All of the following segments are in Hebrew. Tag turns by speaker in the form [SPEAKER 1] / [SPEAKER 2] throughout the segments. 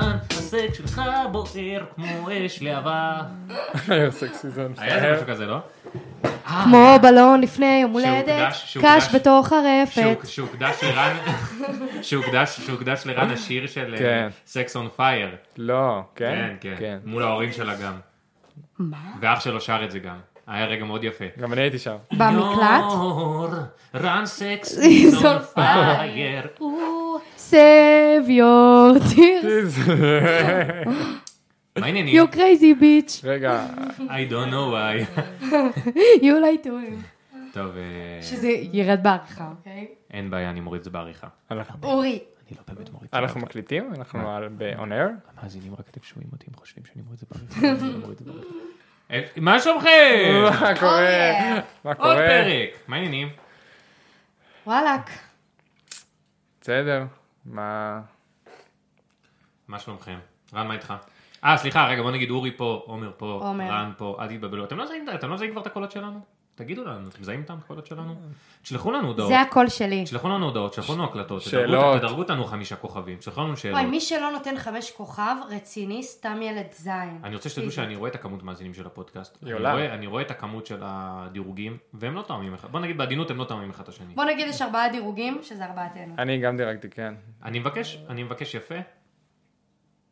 [SPEAKER 1] העסק שלך בוער כמו אש להבה.
[SPEAKER 2] היה סקסי זה
[SPEAKER 1] היה איזה
[SPEAKER 2] מפאר.
[SPEAKER 1] משהו כזה, לא?
[SPEAKER 3] כמו בלון לפני יום הולדת,
[SPEAKER 1] שהוקדש- שהוקדש-
[SPEAKER 3] קש בתוך הרפת.
[SPEAKER 1] שהוק- שהוקדש לרן, שהוקדש- שהוקדש לרן השיר של אה,
[SPEAKER 2] כן.
[SPEAKER 1] סקס און פייר.
[SPEAKER 2] לא,
[SPEAKER 1] כן,
[SPEAKER 2] כן?
[SPEAKER 1] כן. מול ההורים שלה גם.
[SPEAKER 3] מה?
[SPEAKER 1] ואח שלו שר את זה גם. היה רגע מאוד יפה.
[SPEAKER 2] גם אני הייתי שם.
[SPEAKER 3] במקלט?
[SPEAKER 1] יור, רן סקס
[SPEAKER 3] Is
[SPEAKER 1] on
[SPEAKER 3] on
[SPEAKER 1] fire.
[SPEAKER 3] save your tears,
[SPEAKER 1] מה העניינים?
[SPEAKER 3] you crazy bitch,
[SPEAKER 2] רגע,
[SPEAKER 1] I don't know why.
[SPEAKER 3] you like to...
[SPEAKER 1] כן. טוב, אה,
[SPEAKER 3] שזה ירד בעריכה, אוקיי?
[SPEAKER 1] אין בעיה, אני מוריד את זה בעריכה.
[SPEAKER 2] אנחנו-
[SPEAKER 3] אורי,
[SPEAKER 1] אני לא באמת מוריד
[SPEAKER 2] אנחנו מקליטים? כן. אנחנו ב-on air?
[SPEAKER 1] המאזינים רק תקשורים אותי, הם חושבים שאני מוריד את זה בעריכה. אני לא מוריד את זה בעריכה. אה, מה שלומכם?
[SPEAKER 2] מה קורה? מה
[SPEAKER 1] עוד
[SPEAKER 2] אה, קורה?
[SPEAKER 1] פרק. מה העניינים?
[SPEAKER 3] וואלאק.
[SPEAKER 2] בסדר. מה...
[SPEAKER 1] מה שלומכם? רן, מה איתך? אה, סליחה, רגע, בוא נגיד אורי פה, עומר פה,
[SPEAKER 3] עומר.
[SPEAKER 1] רן פה, אל תתבלבלו. אתם לא מזהים אתם לא מזהים כבר את הקולות שלנו? תגידו לנו, אתם מזהים אותם, את הקולות שלנו? תשלחו לנו הודעות.
[SPEAKER 3] זה הקול שלי.
[SPEAKER 1] תשלחו לנו הודעות, תשלחו לנו הקלטות, תדרגו-
[SPEAKER 2] שאלות.
[SPEAKER 1] תדרגו אותנו חמישה כוכבים, תשלחו לנו שאלות.
[SPEAKER 3] וואי, מי שלא נותן חמש כוכב, רציני, סתם ילד זין.
[SPEAKER 1] אני רוצה שתדעו שאני רואה את הכמות מאזינים של הפודקאסט.
[SPEAKER 2] היא
[SPEAKER 1] אני
[SPEAKER 2] עולה.
[SPEAKER 1] רואה- אני רואה את הכמות של הדירוגים, והם לא תואמים אחד. בוא נגיד בעדינות, הם לא תואמים אחד את השני.
[SPEAKER 3] בוא נגיד יש ארבעה דירוגים, שזה ארבעתנו.
[SPEAKER 2] אני גם דירגתי, כן.
[SPEAKER 1] אני מבקש, אני מבקש יפה.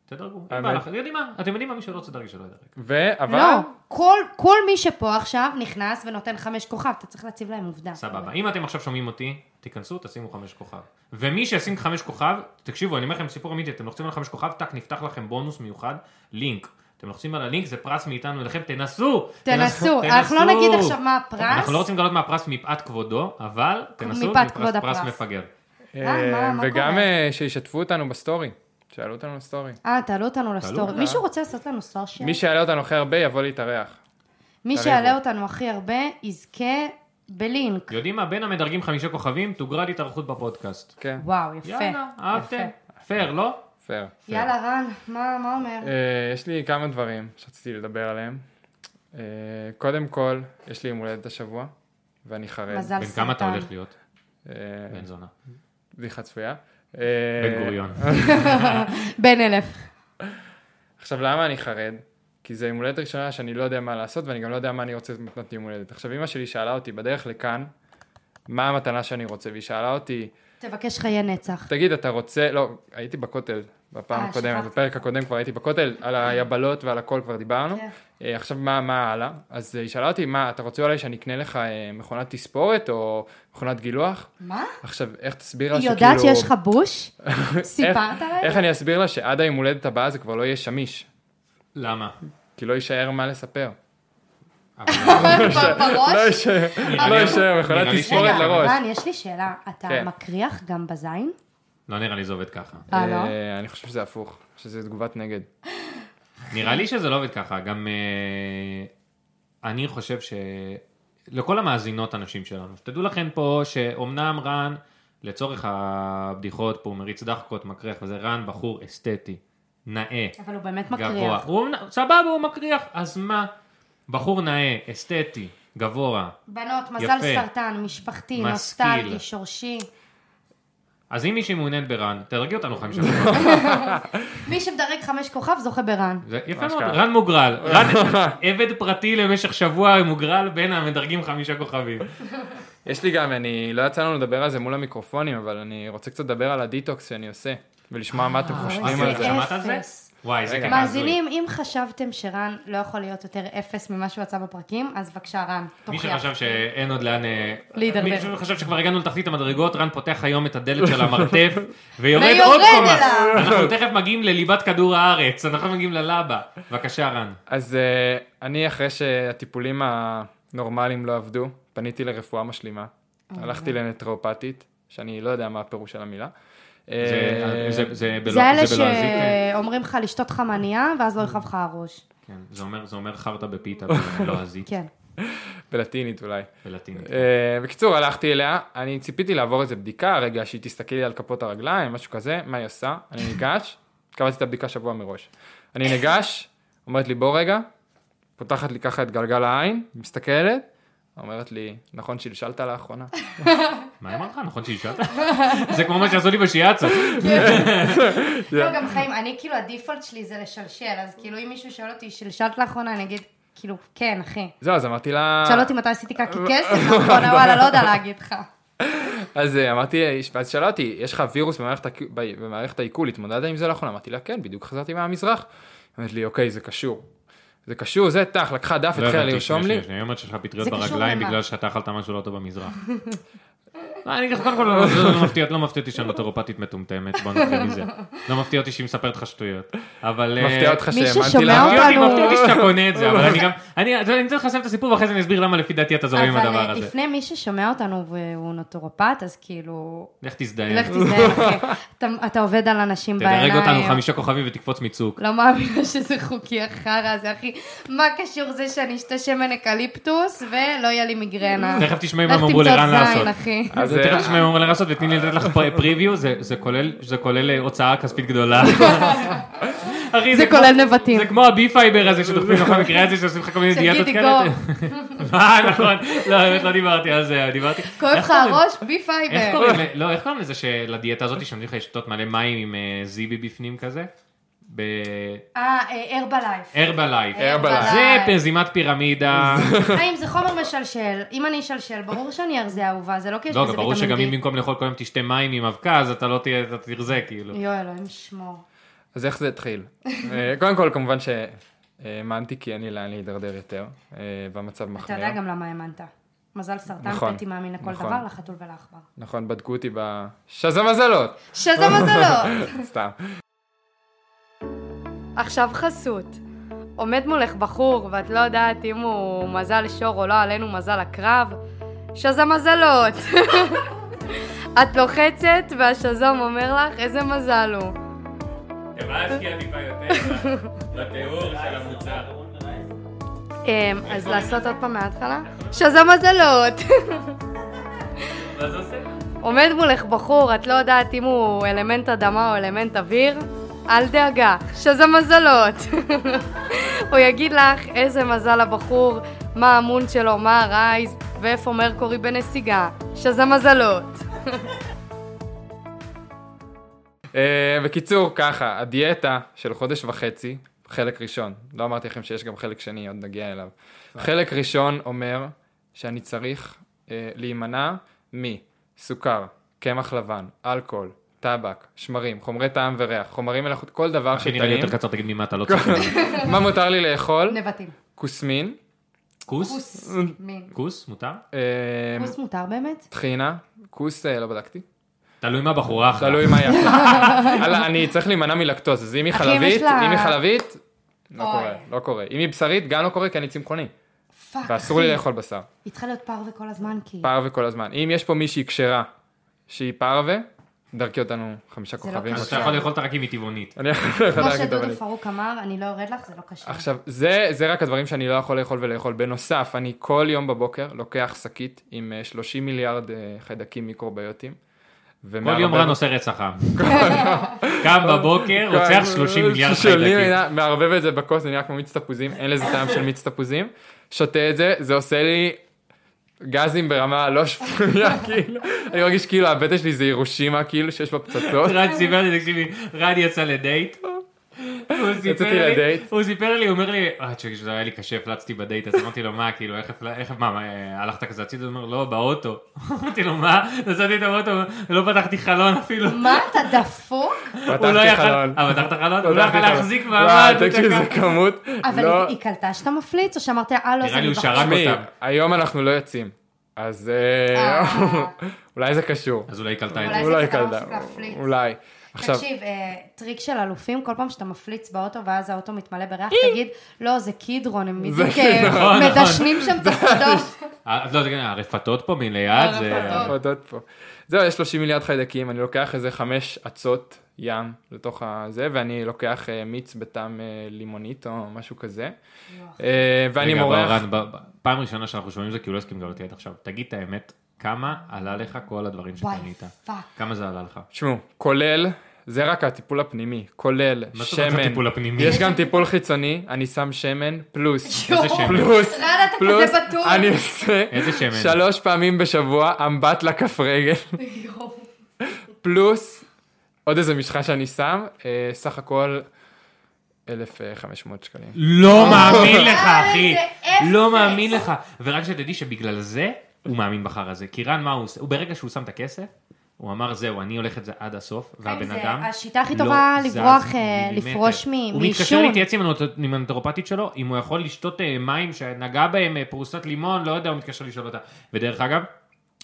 [SPEAKER 1] תדרגו, אין
[SPEAKER 2] האמת.
[SPEAKER 1] בעיה לך. אתם יודעים מה? אתם יודעים מה? מי שלא רוצה לדרג שלא ידרג.
[SPEAKER 2] ו... אבל...
[SPEAKER 3] לא, כל, כל מי שפה עכשיו נכנס ונותן חמש כוכב, אתה צריך להציב להם עובדה.
[SPEAKER 1] סבבה. אם אתם עכשיו שומעים אותי, תיכנסו, תשימו חמש כוכב. ומי שישים חמש כוכב, תקשיבו, אני אומר לכם סיפור אמיתי, אתם לוחצים על חמש כוכב, טאק, נפתח לכם בונוס מיוחד, לינק. אתם לוחצים על הלינק, זה פרס מאיתנו אליכם, תנסו!
[SPEAKER 3] תנסו, אנחנו לא נגיד עכשיו מה הפרס.
[SPEAKER 1] אנחנו לא רוצים לגלות מהפרס מפאת כבודו, אבל תנסו,
[SPEAKER 3] מפאת
[SPEAKER 1] זה פרס-
[SPEAKER 3] כבוד
[SPEAKER 1] פרס
[SPEAKER 3] הפרס.
[SPEAKER 1] מפגר.
[SPEAKER 2] אה,
[SPEAKER 3] מה- מה
[SPEAKER 2] וגם
[SPEAKER 3] קורה?
[SPEAKER 2] אה, שישתפו אותנו בסטורי. שיעלו אותנו לסטורי.
[SPEAKER 3] אה, תעלו אותנו לסטורי.
[SPEAKER 1] אותנו.
[SPEAKER 3] מישהו רוצה לעשות לנו סושיאל?
[SPEAKER 2] מי שיעלה אותנו הכי הרבה יבוא להתארח.
[SPEAKER 3] מי
[SPEAKER 2] תריבו.
[SPEAKER 3] שיעלה אותנו הכי הרבה, יזכה בלינק.
[SPEAKER 1] יודעים מה? בין המדרגים חמישה כוכבים, תוגרד התארחות בפודקאסט.
[SPEAKER 2] כן,
[SPEAKER 3] וואו, יפה.
[SPEAKER 1] יאללה, אהבתם?
[SPEAKER 3] יפה.
[SPEAKER 1] פייר, לא?
[SPEAKER 2] פייר.
[SPEAKER 3] יאללה, רן, מה מה אומר?
[SPEAKER 2] אה, יש לי כמה דברים שרציתי לדבר עליהם. אה, קודם כל, יש לי יום הולדת השבוע, ואני חרד.
[SPEAKER 3] מזל
[SPEAKER 1] בן כמה אתה
[SPEAKER 3] סרטן.
[SPEAKER 1] הולך להיות?
[SPEAKER 2] אה,
[SPEAKER 1] בן זונה.
[SPEAKER 2] בדיחה צפויה. אה,
[SPEAKER 1] בן גוריון.
[SPEAKER 3] בן אלף.
[SPEAKER 2] עכשיו, למה אני חרד? כי זה יום הולדת ראשונה שאני לא יודע מה לעשות, ואני גם לא יודע מה אני רוצה מתנות יום הולדת. עכשיו, אמא שלי שאלה אותי בדרך לכאן, מה המתנה שאני רוצה, והיא שאלה אותי,
[SPEAKER 3] תבקש חיי נצח.
[SPEAKER 2] תגיד, אתה רוצה, לא, הייתי בכותל בפעם
[SPEAKER 3] אה,
[SPEAKER 2] הקודמת,
[SPEAKER 3] שכחתי.
[SPEAKER 2] בפרק הקודם כבר הייתי בכותל, על היבלות ועל הכל כבר דיברנו.
[SPEAKER 3] כן.
[SPEAKER 2] אה, עכשיו, מה, מה הלאה? אז אה, היא שאלה אותי, מה, אתה רוצה אולי שאני אקנה לך אה, מכונת תספורת או מכונת גילוח?
[SPEAKER 3] מה?
[SPEAKER 2] עכשיו, איך תסביר לה
[SPEAKER 3] היא
[SPEAKER 2] לא, שכאילו...
[SPEAKER 3] יודעת שיש לך בוש?
[SPEAKER 2] איך-
[SPEAKER 3] סיפרת עליי?
[SPEAKER 2] איך אני אסביר לה שעד היום הולדת הבאה זה כבר לא יהיה שמיש?
[SPEAKER 1] למה?
[SPEAKER 2] כי לא יישאר מה לספר.
[SPEAKER 1] אבל-
[SPEAKER 3] כבר בראש?
[SPEAKER 1] אוקיי.
[SPEAKER 2] לא יישאר, לא יישאר, מכונת
[SPEAKER 1] נראה לי
[SPEAKER 2] תספורת
[SPEAKER 3] רגע,
[SPEAKER 2] לראש.
[SPEAKER 3] רן, יש לי שאלה. אתה
[SPEAKER 2] כן.
[SPEAKER 3] מקריח גם בזין?
[SPEAKER 1] לא נראה לי זה עובד ככה.
[SPEAKER 3] אה, לא?
[SPEAKER 2] אה, אני חושב שזה הפוך, שזה תגובת נגד.
[SPEAKER 1] נראה לי שזה לא עובד ככה, גם אה, אני חושב ש... לכל המאזינות הנשים שלנו, שתדעו לכן פה שאומנם רן, לצורך הבדיחות פה, הוא מריץ דחקות, מקריח וזה, רן בחור אסתטי, נאה,
[SPEAKER 3] אבל הוא באמת
[SPEAKER 1] גבוה.
[SPEAKER 3] מקריח.
[SPEAKER 1] הוא, אומנ- סבבה, הוא מקריח, אז מה? בחור נאה, אסתטי, גבוה.
[SPEAKER 3] בנות, מזל
[SPEAKER 1] יפה.
[SPEAKER 3] סרטן, משפחתי,
[SPEAKER 1] משכיל.
[SPEAKER 3] נוסטלגי, שורשי.
[SPEAKER 1] אז אם מישהי מעוניינת ברן, תדרגי אותנו חמישה.
[SPEAKER 3] מי שמדרג חמש כוכב זוכה ברן.
[SPEAKER 1] זה יפה מאוד,
[SPEAKER 2] אשכרה.
[SPEAKER 1] רן מוגרל. רן עבד פרטי למשך שבוע מוגרל בין המדרגים חמישה כוכבים.
[SPEAKER 2] יש לי גם, אני, לא יצא לנו לדבר על זה מול המיקרופונים, אבל אני רוצה קצת לדבר על הדיטוקס שאני עושה, ולשמע מה אתם חושבים
[SPEAKER 3] אוי,
[SPEAKER 2] על
[SPEAKER 3] זה
[SPEAKER 2] זה.
[SPEAKER 1] שמעת על זה?
[SPEAKER 3] אפס.
[SPEAKER 1] וואי, זה
[SPEAKER 2] רגע.
[SPEAKER 1] קטע
[SPEAKER 3] מאזינים, אם חשבתם שרן לא יכול להיות יותר אפס ממה שהוא יצא בפרקים, אז בבקשה רן,
[SPEAKER 1] מי
[SPEAKER 3] תוכיח.
[SPEAKER 1] שחשב שאין עוד לאן... אה,
[SPEAKER 3] להידרדר.
[SPEAKER 1] מי שחשב שכבר הגענו לתחתית המדרגות, רן פותח היום את הדלת של המרתף, ויורד
[SPEAKER 3] ויורד
[SPEAKER 1] עוד קומה.
[SPEAKER 3] אליו.
[SPEAKER 1] אנחנו תכף מגיעים לליבת כדור הארץ, אנחנו מגיעים ללבה. בבקשה, רן.
[SPEAKER 2] אז אה, אני, אחרי שהטיפולים הנורמליים לא עבדו, פניתי לרפואה משלימה.
[SPEAKER 3] אוקיי.
[SPEAKER 2] הלכתי לנטרופטית, שאני לא יודע מה הפירוש של המילה.
[SPEAKER 1] זה-
[SPEAKER 2] אה,
[SPEAKER 1] זה- זה בלוע-
[SPEAKER 3] זה
[SPEAKER 1] זה
[SPEAKER 3] אלה
[SPEAKER 1] בלועזית, כן.
[SPEAKER 3] שאומרים לך לשתות חמניה, ואז לא יכאב לך הראש.
[SPEAKER 1] כן, זה אומר- זה אומר חרטא בפיתה בלועזית,
[SPEAKER 3] כן.
[SPEAKER 2] בלטינית אולי.
[SPEAKER 1] בלטינית.
[SPEAKER 2] אה, בקיצור, הלכתי אליה, אני ציפיתי לעבור איזה בדיקה, רגע שהיא תסתכל לי על כפות הרגליים, משהו כזה, מה היא עושה? אני ניגש, קבעתי את הבדיקה שבוע מראש. אני ניגש, אומרת לי בוא רגע, פותחת לי ככה את גלגל העין, מסתכלת, אומרת לי, נכון שלשלת לאחרונה?
[SPEAKER 1] מה היא אמרה לך? נכון שהיא שעתה? זה כמו מה שעשו לי בשיאצו.
[SPEAKER 3] לא, גם חיים, אני כאילו, הדיפולט שלי זה לשלשל, אז כאילו, אם מישהו שואל אותי, שלשלת לאחרונה, אני אגיד, כאילו, כן, אחי.
[SPEAKER 2] זהו, אז אמרתי לה...
[SPEAKER 1] אה.
[SPEAKER 3] תשאל אותי מתי עשיתי קקי כסף, נכון, וואלה, לא יודע להגיד לך.
[SPEAKER 2] אז אה, אמרתי, ואז שאלה אותי, יש לך וירוס במערכת, הק- ב- במערכת העיכול, התמודדת עם זה לאחרונה? אמרתי לה, כן, בדיוק חזרתי מהמזרח. היא אומרת לי, אוקיי, זה קשור. זה קשור, זה טח, לקחה דף,
[SPEAKER 1] לא
[SPEAKER 2] התחילה
[SPEAKER 1] הבנתי,
[SPEAKER 2] לרשום
[SPEAKER 1] שנייה, שנייה,
[SPEAKER 2] לי.
[SPEAKER 1] שנייה, היא אומרת שיש לך פטריות
[SPEAKER 3] זה קשור
[SPEAKER 1] ברגליים
[SPEAKER 3] למה?
[SPEAKER 1] בגלל שאתה אכלת משהו לא טוב במזרח. לא, אני קודם כל לא- זה לא מפתיע לא מפתיע אותי שאני מטורופטית מטומטמת, בוא נתחיל מזה. לא מפתיע אותי שהיא מספרת לך שטויות. אבל... אה,
[SPEAKER 2] מפתיע אותך
[SPEAKER 3] מישהו
[SPEAKER 2] שהאמנתי
[SPEAKER 3] שומע
[SPEAKER 2] לה?
[SPEAKER 1] מפתיע אותי,
[SPEAKER 3] אותנו.
[SPEAKER 1] מפתיע אותי שאתה קונה את זה, אבל אני גם... אני אתה יודע, אני אתן לך לסיים את הסיפור ואחרי זה אני אסביר למה לפי דעתי אתה זורם עם הדבר
[SPEAKER 3] אבל אה,
[SPEAKER 1] הזה.
[SPEAKER 3] לפני מי ששומע אותנו והוא נוטורופט, אז כאילו,
[SPEAKER 1] לך תזדיין.
[SPEAKER 3] לך תזדיין, אחי. אתה- אתה עובד על אנשים בעיניים.
[SPEAKER 1] אה. תדרג אותנו חמישה כוכבים ותקפוץ מצוק.
[SPEAKER 3] לא מאמינה שזה חוקי החרא הזה, אחי. מה קשור זה שאני אשתה שמן אקליפטוס ולא יהיה לי מיגרנה?
[SPEAKER 1] תכף תשמעי מה הם אמרו לרן
[SPEAKER 3] לך תמצא
[SPEAKER 1] לעשות.
[SPEAKER 3] זין, אחי.
[SPEAKER 2] אז,
[SPEAKER 1] אז תכף
[SPEAKER 2] אה,
[SPEAKER 1] תשמעי מה הם אמרו לרן לעשות ותני לי לתת לך פריוויו, זה כולל- זה כולל אה, הוצאה כספית גדולה. אחי,
[SPEAKER 3] זה
[SPEAKER 1] כמו-
[SPEAKER 3] כולל נבטים.
[SPEAKER 1] זה כמו הבי פייבר הזה שדוחפים לך במקרה הזה שעושים לך כל מיני
[SPEAKER 3] של
[SPEAKER 1] דיאטות
[SPEAKER 3] גידי
[SPEAKER 1] כאלה. אה, נכון. לא, באמת לא דיברתי על זה, דיברתי.
[SPEAKER 3] כואב
[SPEAKER 1] איך
[SPEAKER 3] לך
[SPEAKER 1] קוראים-
[SPEAKER 3] הראש? בי
[SPEAKER 1] איך
[SPEAKER 3] פייבר.
[SPEAKER 1] קוראים, ל- לא, איך קוראים לזה שלדיאטה הזאת שנותנים לך לשתות מלא מים עם אה, זיבי בפנים כזה? ב...
[SPEAKER 3] אה, אה, ארבלייף.
[SPEAKER 1] ארבלייף.
[SPEAKER 2] Herbalife.
[SPEAKER 1] זה פזימת פירמידה.
[SPEAKER 3] האם זה חומר משלשל? אם אני אשלשל, ברור שאני ארזה אהובה, זה לא כי יש
[SPEAKER 1] לא,
[SPEAKER 3] לזה
[SPEAKER 1] גם ברור שגם אם
[SPEAKER 3] ויטמין D.
[SPEAKER 1] במקום לאכול כל היום תשתה מים עם אבקה, אז אתה לא תהיה, אתה תרזה כאילו.
[SPEAKER 3] יואו, אלוהים שמור.
[SPEAKER 2] אז איך זה התחיל? אה, קודם כל, כמובן שהאמנתי, כי אין לי לאן להידרדר יותר, אה, והמצב
[SPEAKER 3] אתה
[SPEAKER 2] מחמיר.
[SPEAKER 3] יודע גם למה האמנת. מזל סרטן,
[SPEAKER 2] נכון,
[SPEAKER 3] פטי מאמין לכל
[SPEAKER 2] נכון.
[SPEAKER 3] דבר, לחתול ולעכבר.
[SPEAKER 2] נכון, בדקו אותי בשזה מזלות.
[SPEAKER 3] שזה מזלו!
[SPEAKER 2] סתם.
[SPEAKER 3] עכשיו חסות. עומד מולך בחור, ואת לא יודעת אם הוא מזל שור או לא עלינו מזל הקרב, שזם מזלות. את לוחצת והשזם אומר לך איזה מזל הוא.
[SPEAKER 1] יכולה להשקיע טיפה יותר בתיאור של המוצר.
[SPEAKER 3] אמ, אז לעשות עוד פעם מההתחלה? שזם מזלות.
[SPEAKER 1] מה זה עושה?
[SPEAKER 3] עומד מולך בחור, את לא יודעת אם הוא אלמנט אדמה או אלמנט אוויר, אל דאגה, שזה מזלות. הוא יגיד לך איזה מזל הבחור, מה המון שלו, מה הרייז, ואיפה מרקורי בנסיגה, שזה מזלות.
[SPEAKER 2] אה, בקיצור, ככה, הדיאטה של חודש וחצי, חלק ראשון, לא אמרתי לכם שיש גם חלק שני, עוד נגיע אליו. חלק ראשון אומר שאני צריך אה, להימנע מסוכר, קמח לבן, אלכוהול, טבק, שמרים, חומרי טעם וריח, חומרים מלאכות, כל דבר
[SPEAKER 1] שנראה לי
[SPEAKER 2] שטעים.
[SPEAKER 1] יותר קצר, תגיד ממה אתה לא צריך.
[SPEAKER 2] מה מותר לי לאכול?
[SPEAKER 3] נבטים.
[SPEAKER 2] כוסמין,
[SPEAKER 1] כוס?
[SPEAKER 3] מין.
[SPEAKER 1] כוס? מותר?
[SPEAKER 2] אה,
[SPEAKER 3] כוס מותר באמת?
[SPEAKER 2] טחינה, כוס, אה, לא בדקתי.
[SPEAKER 1] תלוי מה בחורה אחלה.
[SPEAKER 2] תלוי מה יפה. אני צריך להימנע מלקטוז, אז אם היא
[SPEAKER 3] אחי, אם יש
[SPEAKER 2] חלבית,
[SPEAKER 3] לה-
[SPEAKER 2] אם היא חלבית, לא
[SPEAKER 3] אוי.
[SPEAKER 2] קורה, לא קורה. אם היא בשרית, גם לא קורה, כי אני צמחוני.
[SPEAKER 3] פאק,
[SPEAKER 2] ואסור לי לאכול בשר.
[SPEAKER 3] היא צריכה להיות פרווה כל הזמן, כי...
[SPEAKER 2] פרווה כל הזמן. אם יש פה מישהי כשרה, שהיא פרווה, דרכי אותנו חמישה
[SPEAKER 3] זה לא
[SPEAKER 2] כוכבים.
[SPEAKER 1] אז
[SPEAKER 3] קשור.
[SPEAKER 1] אתה יכול לאכול אותה רק אם היא טבעונית.
[SPEAKER 2] אני יכול
[SPEAKER 3] כמו
[SPEAKER 2] להגיד אבל...
[SPEAKER 3] שדודו פרוק אמר, אני לא יורד לך, זה לא קשה.
[SPEAKER 2] עכשיו, זה, זה רק הדברים שאני לא יכול לאכול ולאכול. בנוסף, אני כל יום בבוקר לוקח שקית עם אה, 30 מיליארד אה, חיידקים מיקרוביוטיים.
[SPEAKER 1] כל
[SPEAKER 2] ומערבב-
[SPEAKER 1] יום רן עושה רצח עם. קם בבוקר, רוצח 30 מיליארד
[SPEAKER 2] שואלים,
[SPEAKER 1] חיידקים.
[SPEAKER 2] הנה, מערבב את זה בכוס, זה נראה כמו מיץ תפוזים, אין לזה טעם של מיץ תפוזים. שותה את זה, זה עושה לי גזים ברמה לא שפויה, כאילו. אני מרגיש כאילו הבטן שלי זה הירושימה, כאילו, שיש בה פצצות.
[SPEAKER 1] רן סיפר לי, תקשיבי, רן יצא לדייט. הוא סיפר לי-
[SPEAKER 2] לדייט.
[SPEAKER 1] הוא סיפר לי, הוא אומר לי, אה, תשמעי, זה היה לי קשה, הפלצתי בדייט, אז אמרתי לו, מה, כאילו, איך, הפל- איך, מה, מה, אה, הלכת כזה הצידה? הוא אומר, לא, באוטו. אמרתי לו, מה, נסעתי את האוטו, לא פתחתי חלון אפילו.
[SPEAKER 3] מה, אתה דפוק?
[SPEAKER 1] הוא לא
[SPEAKER 2] פתחתי
[SPEAKER 1] יכל,
[SPEAKER 2] חלון.
[SPEAKER 1] אה, פתחת חלון? הוא לא יכל
[SPEAKER 2] פתחתי חלון.
[SPEAKER 1] להחזיק
[SPEAKER 2] וואי,
[SPEAKER 1] מעמד. הוא
[SPEAKER 2] תקשיב,
[SPEAKER 1] תקע.
[SPEAKER 2] זה כמות.
[SPEAKER 3] אבל
[SPEAKER 2] לא.
[SPEAKER 3] היא- היא קלטה שאתה מפליץ, או שאמרת, אה, לא,
[SPEAKER 1] נראה
[SPEAKER 3] זה
[SPEAKER 1] לי הוא
[SPEAKER 3] מבחוץ"?
[SPEAKER 1] שרק
[SPEAKER 2] תשמעי,
[SPEAKER 1] אותם.
[SPEAKER 2] היום אנחנו לא יוצאים, אז אה,
[SPEAKER 3] אה.
[SPEAKER 2] אולי זה קשור.
[SPEAKER 1] אז אולי היא קלטה את
[SPEAKER 3] אולי
[SPEAKER 1] זה.
[SPEAKER 3] זה
[SPEAKER 2] אולי
[SPEAKER 3] כי אתה לא
[SPEAKER 2] קלדה.
[SPEAKER 3] מפסיק להפליץ.
[SPEAKER 2] אולי. עכשיו,
[SPEAKER 3] תקשיב, אה, טריק של אלופים, כל פעם שאתה מפליץ באוטו ואז האוטו מתמלא בריח, תגיד, לא, זה קידרון, הם
[SPEAKER 2] אה! זה
[SPEAKER 3] בדיוק
[SPEAKER 2] קידרון,
[SPEAKER 1] נכון.
[SPEAKER 3] אה, מדשנים שם את השדות.
[SPEAKER 1] אה, אז לא, תגיד, הרפתות פה מליד, זה...
[SPEAKER 3] הרפתות.
[SPEAKER 2] עוד פה. זהו, יש 30 מיליארד חיידקים, אני לוקח איזה חמש אצות ים לתוך הזה, ואני לוקח אה, מיץ בטעם אה, לימונית או משהו כזה. אה, ואני
[SPEAKER 1] רגע,
[SPEAKER 2] מורח...
[SPEAKER 1] אבל רן, ב- ב- פעם ראשונה שאנחנו שומעים זה, כי הוא לא הסכים לגלות אותי עד עכשיו. תגיד את האמת, כמה עלה לך כל הדברים
[SPEAKER 3] וואי,
[SPEAKER 1] שקנית?
[SPEAKER 3] פאק.
[SPEAKER 1] כמה זה עלה לך?
[SPEAKER 2] תשמעו, כולל זה רק הטיפול הפנימי, כולל
[SPEAKER 1] מה זאת אומרת
[SPEAKER 2] שמן.
[SPEAKER 1] הטיפול הפנימי?
[SPEAKER 2] יש גם טיפול חיצוני, אני שם שמן, פלוס.
[SPEAKER 1] איזה שמן?
[SPEAKER 2] פלוס,
[SPEAKER 4] רן, אתה כזה
[SPEAKER 2] פלוס,
[SPEAKER 4] בטוח.
[SPEAKER 2] אני עושה
[SPEAKER 1] איזה שמן?
[SPEAKER 2] שלוש פעמים בשבוע אמבט לכף רגל,
[SPEAKER 4] יואו.
[SPEAKER 2] פלוס עוד איזה משחה שאני שם, אה, סך הכל 1,500 שקלים.
[SPEAKER 3] אה.
[SPEAKER 1] לא מאמין לך, אחי.
[SPEAKER 4] איזה
[SPEAKER 1] לא
[SPEAKER 4] אפס.
[SPEAKER 1] מאמין לך. ורק שתדעי שבגלל זה הוא מאמין בחר הזה. כי רן, מה הוא עושה? הוא ברגע שהוא שם את הכסף, הוא אמר, זהו, אני הולך את זה עד הסוף, והבן
[SPEAKER 3] זה
[SPEAKER 1] אדם...
[SPEAKER 3] השיטה הכי
[SPEAKER 1] לא
[SPEAKER 3] טובה
[SPEAKER 1] זז
[SPEAKER 3] לברוח, אה,
[SPEAKER 1] מילימטר.
[SPEAKER 3] לפרוש מ-
[SPEAKER 1] הוא מתקשר
[SPEAKER 3] מעישון.
[SPEAKER 1] להתייעץ עם הנוט- עם הנטרופטית שלו, אם הוא יכול לשתות אה, מים שנגע בהם, אה, פרוסת לימון, לא יודע, הוא מתקשר לשאול אותה. ודרך אגב,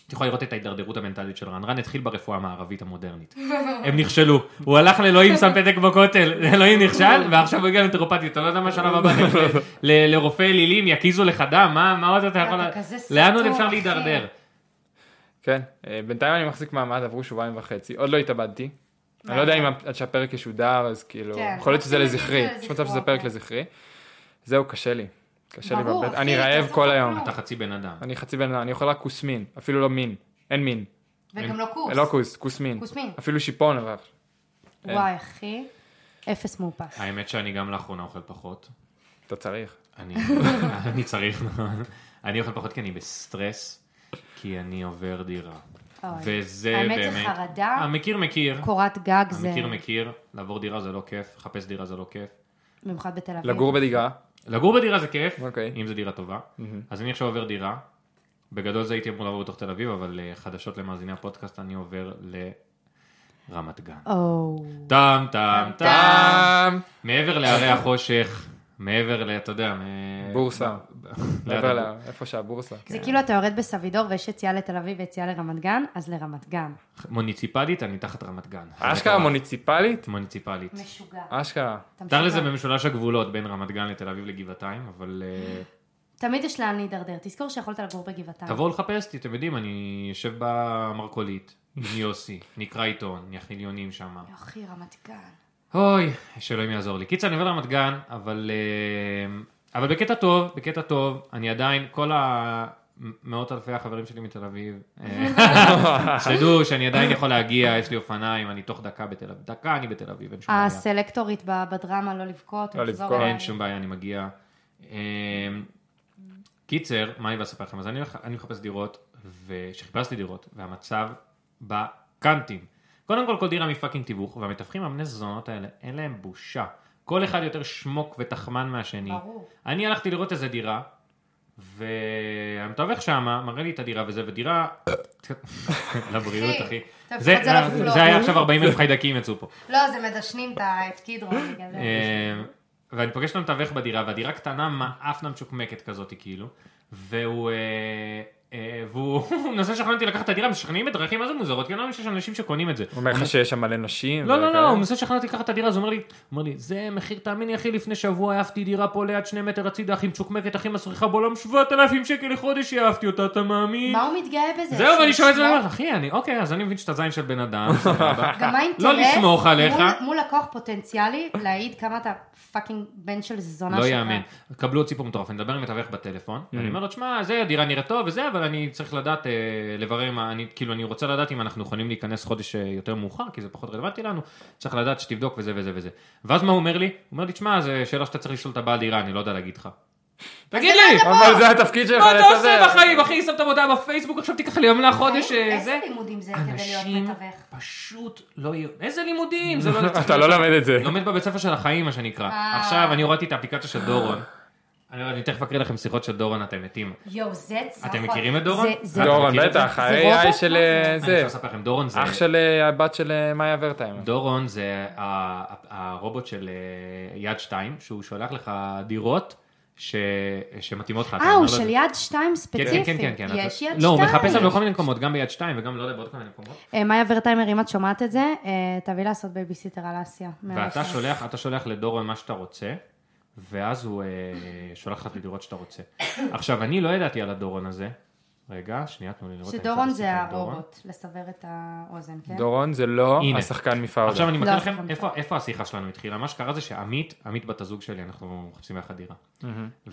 [SPEAKER 1] את יכולה לראות את ההידרדרות המנטלית של רן. רן התחיל ברפואה המערבית המודרנית. הם נכשלו. הוא הלך לאלוהים, שם פתק בכותל, אלוהים נכשל, ועכשיו הוא הגיע לנטרופטית. אתה לא יודע מה שלב הבא, תלך ל- ל- לרופא אלילים, יקיזו לך דם, מה מה עוד אתה יכול...
[SPEAKER 3] אתה כזה סתום,
[SPEAKER 1] לאן עוד אפשר
[SPEAKER 3] אחי.
[SPEAKER 1] להידרדר?
[SPEAKER 2] כן, אה, בינתיים אני מחזיק מעמד, עברו שבועיים וחצי, עוד לא התאבדתי. אני לא יודע אם עד שהפרק ישודר, אז כאילו,
[SPEAKER 3] כן,
[SPEAKER 2] יכול להיות שזה
[SPEAKER 3] אנחנו נגיד
[SPEAKER 2] לזכרי,
[SPEAKER 3] שזה
[SPEAKER 2] יש מצב שזה
[SPEAKER 3] לזכרו,
[SPEAKER 2] פרק
[SPEAKER 3] כן.
[SPEAKER 2] לזכרי. זהו, קשה לי. קשה לי
[SPEAKER 3] ברור,
[SPEAKER 2] בבית,
[SPEAKER 3] אחי,
[SPEAKER 2] אני
[SPEAKER 3] אתה
[SPEAKER 2] רעב
[SPEAKER 3] לא
[SPEAKER 2] כל
[SPEAKER 3] זוכר
[SPEAKER 2] היום.
[SPEAKER 3] כלום.
[SPEAKER 1] אתה חצי בן אדם.
[SPEAKER 2] אני חצי בן אדם, אני אוכל רק כוס מין, אפילו לא מין, אין מין.
[SPEAKER 3] וגם לא קורס.
[SPEAKER 2] לא כוס, כוס מין.
[SPEAKER 3] כוס מין.
[SPEAKER 2] אפילו שיפון אבל. אין.
[SPEAKER 3] וואי, אחי. אפס מאופס.
[SPEAKER 1] האמת שאני גם לאחרונה אוכל פחות.
[SPEAKER 2] אתה צריך.
[SPEAKER 1] אני, אני צריך, נכון. אני אוכל פחות כי אני בסטרס, כי אני עובר דירה.
[SPEAKER 2] אה,
[SPEAKER 3] אוי.
[SPEAKER 1] וזה
[SPEAKER 3] האמת
[SPEAKER 1] באמת...
[SPEAKER 3] זה חרדה.
[SPEAKER 1] המכיר מכיר.
[SPEAKER 3] קורת גג זה...
[SPEAKER 1] המכיר מכיר. לעבור דירה זה לא כיף, לחפש דירה זה לא כיף.
[SPEAKER 3] במיוחד בתל אביב.
[SPEAKER 2] לגור בדירה,
[SPEAKER 1] לגור בדירה זה כיף,
[SPEAKER 2] אוקיי.
[SPEAKER 1] אם זו דירה טובה. אז אני עכשיו עובר דירה. בגדול זה הייתי אמור לעבור בתוך תל אביב, אבל אה, חדשות למאזיני הפודקאסט אני עובר לרמת גן.
[SPEAKER 3] או.
[SPEAKER 1] טאם טאם טאם.
[SPEAKER 2] טאם,
[SPEAKER 1] מעבר להרי החושך, מעבר ל... אתה יודע, מ- לא
[SPEAKER 2] בורסה.
[SPEAKER 1] ליד
[SPEAKER 2] מעבר
[SPEAKER 1] הבור-
[SPEAKER 2] ל- איפה שהבורסה.
[SPEAKER 3] זה כאילו אתה יורד בסבידור ויש יציאה לתל אביב ויציאה לרמת גן, אז לרמת גן.
[SPEAKER 1] מוניציפלית, אני תחת רמת גן.
[SPEAKER 2] אשכרה מוניציפלית?
[SPEAKER 1] מוניציפלית.
[SPEAKER 3] משוגע.
[SPEAKER 2] אשכרה.
[SPEAKER 3] אתה
[SPEAKER 1] נותר לזה
[SPEAKER 3] משוגע.
[SPEAKER 1] במשולש הגבולות בין רמת גן לתל אביב לגבעתיים, אבל אה,
[SPEAKER 3] תמיד יש לאן להידרדר. תזכור שיכולת לגור בגבעתיים.
[SPEAKER 1] תבואו לחפש אותי, אתם יודעים, אני יושב במרכולית, עם יוסי, נקרא עיתון, החניונים שם.
[SPEAKER 3] אחי, רמת גן.
[SPEAKER 1] אוי, שאלוהים יעזור לי. קיצר, אני עובר לרמת גן, אבל, אה, אבל בקטע טוב, בקטע טוב, אני עדיין, כל המאות אלפי החברים שלי מתל אביב, אה, שתדעו שאני עדיין יכול להגיע, יש לי אופניים, אני תוך דקה בתל אביב, דקה אני בתל אביב, אין שום בעיה.
[SPEAKER 3] הסלקטורית ב- בדרמה, לא לבכות.
[SPEAKER 2] לא
[SPEAKER 3] לחזור
[SPEAKER 2] לבכות.
[SPEAKER 3] אליי.
[SPEAKER 1] אין שום בעיה, אני מגיע. אמ, קיצר, מה אני בא לספר לכם? אז אני, הולך- אני מחפש דירות, וכשחיפשתי דירות, והמצב בקאנטים. קודם כל, כל דירה מפאקינג תיווך, והמתווכים המני זונות האלה, אין להם בושה. כל אחד יותר שמוק ותחמן מהשני.
[SPEAKER 3] ברור.
[SPEAKER 1] אני הלכתי לראות איזה דירה, והמתווך שמה מראה לי את הדירה וזה, ודירה... לבריאות,
[SPEAKER 3] אחי,
[SPEAKER 1] אחי.
[SPEAKER 3] אתה
[SPEAKER 1] זה
[SPEAKER 3] מפחד על הפלוט.
[SPEAKER 1] זה היה עכשיו 40 אלף חיידקים יצאו פה.
[SPEAKER 3] לא, זה מדשנים את ה- את קידרון בגלל זה.
[SPEAKER 1] אמ, ואני פוגש את המתווך בדירה, והדירה קטנה, מאפנה משוקמקת כזאת, כאילו. והוא... אה, אה, והוא מנסה לשכנע אותי לקחת את הדירה, משכנעים בדרכים מה זה מוזרות, כי אני לא מאמין שיש אנשים שקונים את זה.
[SPEAKER 2] הוא אומר לך שיש שם מלא נשים.
[SPEAKER 1] לא, לא,
[SPEAKER 2] וכאלה.
[SPEAKER 1] לא, הוא מנסה לשכנע אותי לקחת את הדירה, אז הוא אומר לי, אומר לי, זה מחיר, תאמין לי אחי, לפני שבוע העפתי דירה פה ליד שני מטר הצידה, אחי מצ'וקמקת, אחי מסריחה בעולם 7,000 שקל לחודש, העפתי אותה, אתה מאמין?
[SPEAKER 3] מה הוא מתגאה בזה?
[SPEAKER 1] זהו, ואני שומע
[SPEAKER 3] שהוא
[SPEAKER 1] את זה,
[SPEAKER 3] שמאל?
[SPEAKER 1] ואני אומר, אחי, אני, אוקיי, אז אני מבין שאתה זין של בן אדם, סבבה.
[SPEAKER 3] גם מה האינטרס?
[SPEAKER 1] לא לסמוך עליך.
[SPEAKER 3] מול- מול לקוח פוטנציאלי, להעיד כמה אתה פאקינג בן של זונה
[SPEAKER 1] לא
[SPEAKER 3] שלך. אה,
[SPEAKER 1] יאמן. קבלו עוד סיפור מטורף, אני מדבר עם מתווך בטלפון, ואני אומר לו, תשמע, זה, הדירה נראית טוב וזה, אבל אני צריך לדעת, אה, לברר מה, אני, כאילו, אני רוצה לדעת אם אנחנו יכולים להיכנס חודש אה, יותר מאוחר, כי זה פחות רלוונטי לנו, צריך לדעת שתבדוק וזה וזה וזה. ואז מה הוא אומר לי? הוא אומר לי, תשמע, זו שאלה שאתה צריך לשאול את הבעל דירה, אני לא יודע להגיד לך. תגיד לי!
[SPEAKER 2] אבל זה התפקיד שלך
[SPEAKER 1] מה אתה עושה
[SPEAKER 2] לתווך.
[SPEAKER 1] בחיים, אחי? שמת מודעה בפייסבוק, עכשיו תיקח לי עמלה חודש, אה,
[SPEAKER 3] איזה
[SPEAKER 1] זה.
[SPEAKER 3] לימודים זה כדי להיות
[SPEAKER 1] אנשים
[SPEAKER 3] מתווך?
[SPEAKER 1] פשוט לא... יהיו- איזה לימודים? זה לא...
[SPEAKER 2] אתה לא למד את זה.
[SPEAKER 1] לומד בבית ספר של החיים, מה שנקרא.
[SPEAKER 3] אה.
[SPEAKER 1] עכשיו, אני הורדתי את האפליקציה של דורון. אני לא אני תכף אקריא לכם שיחות של דורון, אתם מתים.
[SPEAKER 3] יואו, זה צחוק.
[SPEAKER 1] אתם מכירים את דורון? לא,
[SPEAKER 3] זה- זה...
[SPEAKER 1] אתה
[SPEAKER 2] דורון,
[SPEAKER 1] מכיר את זה?
[SPEAKER 2] בטח,
[SPEAKER 3] זה
[SPEAKER 2] ה-AI
[SPEAKER 3] רובוט?
[SPEAKER 2] של
[SPEAKER 3] מה
[SPEAKER 2] אה,
[SPEAKER 1] אני
[SPEAKER 2] זה.
[SPEAKER 1] רוצה לספר לכם, דורון זה...
[SPEAKER 2] אח של אה, הבת של אה, מאיה ורטהיים.
[SPEAKER 1] דורון זה ה- ה- הרובוט של אה, יד שתיים, שהוא שולח לך דירות ש- שמתאימות לך. אתה
[SPEAKER 3] אה,
[SPEAKER 1] אומר
[SPEAKER 3] הוא
[SPEAKER 1] לו-
[SPEAKER 3] של יד שתיים ספציפי.
[SPEAKER 1] לא, כן, כן, כן, כן. אתה-
[SPEAKER 3] יש יד שתיים.
[SPEAKER 1] לא, הוא מחפש על בכל מיני מקומות, גם ביד שתיים וגם לא יודע, בעוד כל מיני מקומות.
[SPEAKER 3] אה, מאיה ורטהיימר, אם את שומעת את זה, אה, תביא לעשות בייביסיטר על אסיה.
[SPEAKER 1] ואתה שולח, אתה שולח לדורון מה שאתה רוצה, ואז הוא אה, שולח לך את הדירות שאתה רוצה. עכשיו, אני לא ידעתי על הדורון הזה, רגע, שנייה, תנו לי לראות. אני
[SPEAKER 3] שדורון
[SPEAKER 1] צריך
[SPEAKER 3] זה
[SPEAKER 1] לספר את דורון.
[SPEAKER 3] הרובוט, לסבר את האוזן, כן?
[SPEAKER 2] דורון זה לא
[SPEAKER 1] הנה.
[SPEAKER 2] השחקן מפאודה.
[SPEAKER 1] עכשיו אני
[SPEAKER 3] לא,
[SPEAKER 1] מקריא
[SPEAKER 3] זה
[SPEAKER 1] לכם
[SPEAKER 3] חמקן.
[SPEAKER 1] איפה- איפה השיחה שלנו התחילה. מה שקרה זה שעמית, עמית בת הזוג שלי, אנחנו מחפשים ביחד דירה. ו-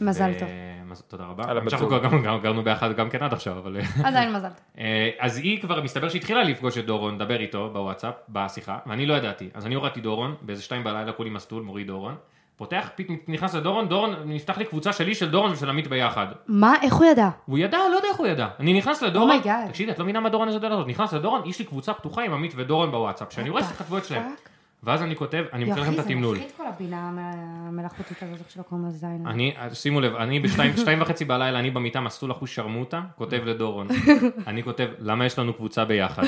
[SPEAKER 3] מזל טוב.
[SPEAKER 1] מזל- תודה רבה.
[SPEAKER 2] על הבת
[SPEAKER 1] אנחנו
[SPEAKER 2] זוג.
[SPEAKER 1] גם- גם גרנו ביחד גם כן עד עכשיו, אבל...
[SPEAKER 3] עדיין מזל. טוב.
[SPEAKER 1] אה, אז היא כבר, מסתבר שהתחילה לפגוש את דורון, לדבר איתו בוואטסאפ, בשיחה, ואני לא ידעתי. אז אני הורדתי דורון, באיזה שתיים בלילה כולי מסטול, מוריד דורון. פותח, פתאום נכנס לדורון, דורון, נפתח לי קבוצה שלי, של דורון ושל עמית ביחד.
[SPEAKER 3] מה? איך הוא ידע?
[SPEAKER 1] הוא ידע, לא יודע איך הוא ידע. אני נכנס לדורון,
[SPEAKER 3] Oh my God.
[SPEAKER 1] תקשיבי, את לא מבינה מה דורון הזה יודע לעשות. נכנס לדורון, יש לי קבוצה פתוחה עם עמית ודורון בוואטסאפ, שאני רואה את הכתבויות שלהם.
[SPEAKER 3] fuck?
[SPEAKER 1] ואז אני כותב, אני
[SPEAKER 3] יואו,
[SPEAKER 1] מקריא לכם את
[SPEAKER 3] אחי,
[SPEAKER 1] התמלול.
[SPEAKER 3] זה מפחיד כל הבינה המ- המלאכותית הזאת, איך שלא קוראים לזה זין.
[SPEAKER 1] אני, שימו לב, אני בשתיים שתיים וחצי בלילה, אני במיטה מסלול אחוז שרמוטה, כותב לדורון. אני כותב, למה יש לנו קבוצה ביחד?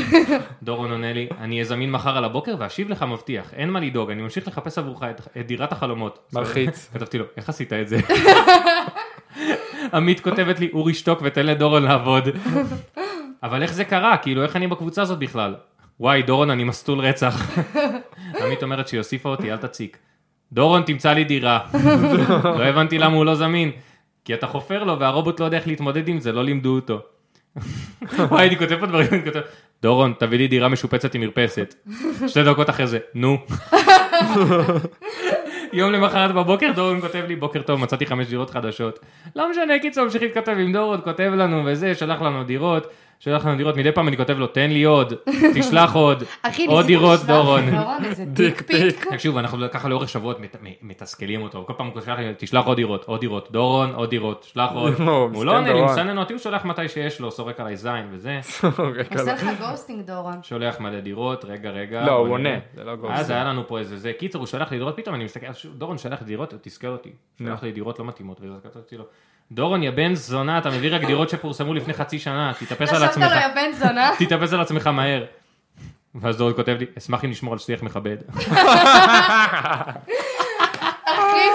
[SPEAKER 1] דורון עונה לי, אני אהיה זמין מחר על הבוקר ואשיב לך מבטיח, אין מה לדאוג, אני ממשיך לחפש עבורך את, את דירת החלומות.
[SPEAKER 2] מלחיץ.
[SPEAKER 1] כתבתי לו, איך עשית את זה? עמית כותבת לי, אורי שתוק ותן לדורון לעבוד. אבל איך זה קרה? כאילו, איך אני בקבוצה הזאת בכלל? וואי, דורון, אני מסטול רצח. עמית אומרת שהיא הוסיפה אותי, אל תציק. דורון, תמצא לי דירה. לא הבנתי למה הוא לא זמין. כי אתה חופר לו והרובוט לא יודע איך להתמודד עם זה, לא לימדו אותו. וואי, אני כותב פה דברים, אני כותב, דורון, תביא לי דירה משופצת עם מרפסת. שתי דקות אחרי זה, נו. יום למחרת בבוקר דורון כותב לי, בוקר טוב, מצאתי חמש דירות חדשות. לא משנה, קיצור, ממשיך להתכתב עם דורון, כותב לנו וזה, שלח לנו דירות, שלח לנו דירות, מדי פעם אני כותב לו, תן לי עוד, תשלח עוד,
[SPEAKER 3] אחי,
[SPEAKER 1] עוד
[SPEAKER 3] ניסיתי
[SPEAKER 1] דירות,
[SPEAKER 3] לשלוח
[SPEAKER 1] דורון.
[SPEAKER 3] לדורון איזה דיק פיק.
[SPEAKER 1] תקשיבו, כן, אנחנו ככה לאורך שבועות מת- מ- מתסכלים אותו, כל פעם הוא שלח לי, תשלח עוד דירות, עוד דירות, דורון, עוד דירות, שלח עוד.
[SPEAKER 2] נו,
[SPEAKER 1] הוא
[SPEAKER 2] מסכן
[SPEAKER 1] לא עונה לי,
[SPEAKER 2] דורון.
[SPEAKER 1] מסנן אותי, הוא שולח מתי שיש לו, סורק עליי זין וזה,
[SPEAKER 2] רגע, לא.
[SPEAKER 3] עושה לך גוסטינג, דורון.
[SPEAKER 1] שולח מלא דירות, רגע, רגע.
[SPEAKER 2] לא,
[SPEAKER 1] בוא
[SPEAKER 2] הוא
[SPEAKER 1] נראה.
[SPEAKER 2] עונה. זה לא גורם.
[SPEAKER 1] אז היה לנו פה איזה זה, קיצר, הוא שלח לי דירות, פתאום אני מסתכל, "ש- דורון שלח לי דירות, תסכל אותי, שלח לי דירות לא מתאימות, ואז כתבתי לו, דורון, יא בן זונה, אתה מביא רק דירות שפורסמו לפני חצי שנה, תתאפס על
[SPEAKER 3] חשבת
[SPEAKER 1] עצמך,
[SPEAKER 3] לו, יא בן זונה?
[SPEAKER 1] תתאפס על עצמך מהר. ואז דורון כותב לי, אשמח אם נשמור על שיח מכבד.
[SPEAKER 3] אחי,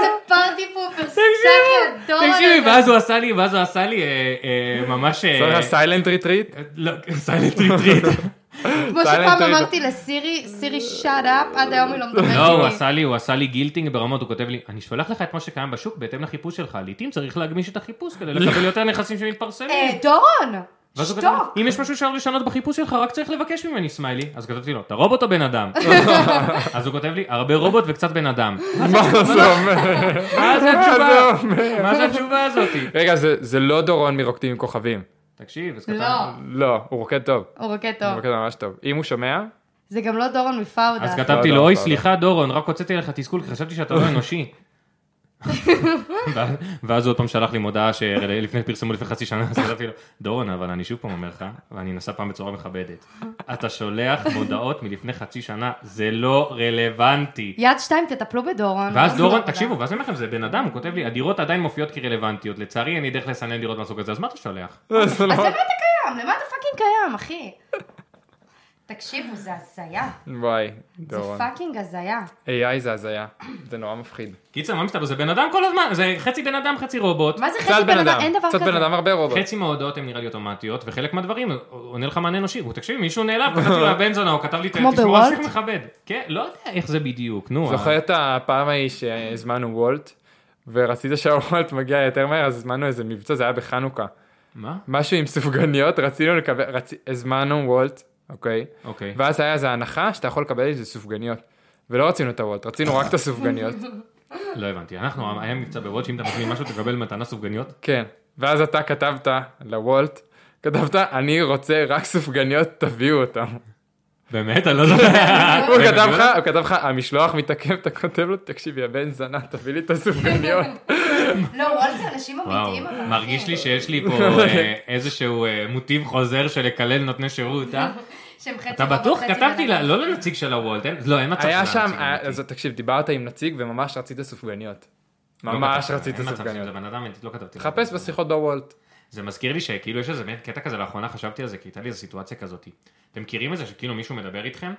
[SPEAKER 3] זה פארטי פופר, סחר, דורון.
[SPEAKER 1] תקשיבי, ואז הוא עשה לי, ואז הוא עשה לי אה, אה, ממש... אה,
[SPEAKER 2] צריך סיילנט ריטריט?
[SPEAKER 1] לא, סיילנט ריטריט.
[SPEAKER 3] כמו
[SPEAKER 2] סיילנט
[SPEAKER 3] שפעם
[SPEAKER 2] טייפ.
[SPEAKER 3] אמרתי לסירי, סירי שאט אפ, עד היום היא לא מדברת
[SPEAKER 1] לא, הוא
[SPEAKER 3] איתי.
[SPEAKER 1] עשה לי, הוא עשה לי גילטינג ברמות, הוא כותב לי, אני שולח לך את מה שקיים בשוק בהתאם לחיפוש שלך, לעתים צריך להגמיש את החיפוש כדי לקבל יותר נכסים שמתפרסמים.
[SPEAKER 3] לא. אה, דורון,
[SPEAKER 1] ואז הוא כותב,
[SPEAKER 3] שתוק.
[SPEAKER 1] לי, אם יש משהו שאפשר לשנות בחיפוש שלך, רק צריך לבקש ממני, סמיילי. אז כתבתי לו, אתה רובוט או בן אדם? אז הוא כותב לי, הרבה רובוט וקצת בן אדם.
[SPEAKER 2] מה זה אומר?
[SPEAKER 1] מה זה התשובה? מה זה התשובה הזאתי?
[SPEAKER 2] רגע, זה- זה לא דורון מרוקדים עם כוכבים.
[SPEAKER 1] תקשיב, אז
[SPEAKER 3] לא,
[SPEAKER 1] כתב-
[SPEAKER 2] לא, הוא רוקד טוב.
[SPEAKER 3] הוא רוקד
[SPEAKER 2] הוא
[SPEAKER 3] טוב.
[SPEAKER 2] רוקד ממש טוב. אם הוא שומע,
[SPEAKER 3] זה גם לא דורון מפאודה.
[SPEAKER 1] אז
[SPEAKER 3] אחי.
[SPEAKER 1] כתבתי
[SPEAKER 2] לא,
[SPEAKER 1] לו,
[SPEAKER 2] לא,
[SPEAKER 1] אוי
[SPEAKER 2] לא,
[SPEAKER 1] סליחה דורון, רק הוצאתי עליך תסכול כי חשבתי שאתה לא אנושי. ואז- ואז הוא עוד פעם שלח לי מודעה שלפני פרסמו לפני חצי שנה, אז כתבתי לו, דורון, אבל אני שוב פעם אומר לך, ואני נשא פעם בצורה מכבדת, אתה שולח מודעות מלפני חצי שנה, זה לא רלוונטי.
[SPEAKER 3] יד שתיים, תטפלו בדורון.
[SPEAKER 1] ואז
[SPEAKER 3] לא
[SPEAKER 1] דורון,
[SPEAKER 3] עבודה.
[SPEAKER 1] תקשיבו, ואז אני אומר לכם, זה בן אדם, הוא כותב לי, הדירות עדיין מופיעות כרלוונטיות, לצערי אין לי דרך לסנן דירות מהסוג הזה, אז מה אתה שולח?
[SPEAKER 2] זה
[SPEAKER 3] אוקיי. אז
[SPEAKER 2] לא...
[SPEAKER 3] למה אתה קיים? למה אתה פאקינג קיים, אחי? תקשיבו, זה הזיה.
[SPEAKER 2] וואי,
[SPEAKER 3] זה
[SPEAKER 2] דורון.
[SPEAKER 3] פאקינג הזיה.
[SPEAKER 2] AI זה הזיה. זה נורא מפחיד.
[SPEAKER 1] קיצר, מה מסתבר, זה בן אדם כל הזמן, זה חצי בן אדם, חצי רובוט.
[SPEAKER 3] מה זה
[SPEAKER 2] קצת
[SPEAKER 3] חצי בן אדם? אין דבר
[SPEAKER 2] קצת בן
[SPEAKER 3] כזה.
[SPEAKER 2] אדם הרבה רובוט.
[SPEAKER 1] חצי מההודעות הן נראה לי אוטומטיות, וחלק מהדברים עונה לך מענה אנושי. הוא תקשיב, מישהו נעלב, כתבתי לו הבן זונה, הוא כתב לי,
[SPEAKER 3] כמו
[SPEAKER 1] תשמור על
[SPEAKER 3] בוולט?
[SPEAKER 1] שיח מכבד. כן, לא יודע איך זה בדיוק, נו.
[SPEAKER 2] זוכר את הפעם ההיא שהזמנו וולט, ורצית שהוולט מגיע יותר מהר, אז הזמנו איזה מבצע, זה היה בחנוכה.
[SPEAKER 1] מה?
[SPEAKER 2] משהו עם סופגניות, רצינו לקבל, רצ... הזמנו וולט, אוקיי?
[SPEAKER 1] אוקיי.
[SPEAKER 2] ואז היה איזה הנחה שאתה יכול לקבל איזה סופגניות. ולא רצינו את הוולט, רצינו רק את הסופגניות.
[SPEAKER 1] לא הבנתי. אנחנו, היה מבצע בוולט, שאם אתה מזמין משהו, תקבל מתנה סופגניות.
[SPEAKER 2] כן. ואז אתה כתבת לוולט, כתבת, אני רוצה רק סופגניות, תביאו אותם.
[SPEAKER 1] באמת? אה, אני לא זוכר.
[SPEAKER 2] הוא כתב לך, הוא כתב לך, המשלוח מתעכב, אתה כותב לו, תקשיב, יא בן זונה, תביא לי את הסופגניות.
[SPEAKER 3] לא, וואלה, זה אנשים אמיתיים. אבל
[SPEAKER 1] וואו,
[SPEAKER 3] אחי.
[SPEAKER 1] מרגיש לי שיש לי פה אה, איזשהו אה, מוטיב חוזר של לקלל נותני שירות, אה?
[SPEAKER 3] שהם חצי
[SPEAKER 1] אתה
[SPEAKER 3] רובוט,
[SPEAKER 1] בטוח?
[SPEAKER 3] חצי בן
[SPEAKER 1] כתבתי
[SPEAKER 3] אדם.
[SPEAKER 1] לה- לא לנציג של הוולט, אין- לא, אין מצב
[SPEAKER 2] היה
[SPEAKER 1] שזה
[SPEAKER 2] שם, אה,
[SPEAKER 1] הנציג
[SPEAKER 2] היה-
[SPEAKER 1] האמיתי.
[SPEAKER 2] אז תקשיב, דיברת עם נציג וממש רצית סופגניות.
[SPEAKER 1] לא
[SPEAKER 2] ממש
[SPEAKER 1] כתבתי,
[SPEAKER 2] רצית
[SPEAKER 1] אין מצב שזה
[SPEAKER 2] סופגניות.
[SPEAKER 1] בן אדם, אמיתי, לא כתבתי. לה.
[SPEAKER 2] חפש בשיחות בוולט.
[SPEAKER 1] זה מזכיר לי שכאילו יש איזה באמת קטע כזה לאחרונה חשבתי על זה כי הייתה לי איזו סיטואציה כזאת. אתם מכירים את זה שכאילו מישהו מדבר איתכם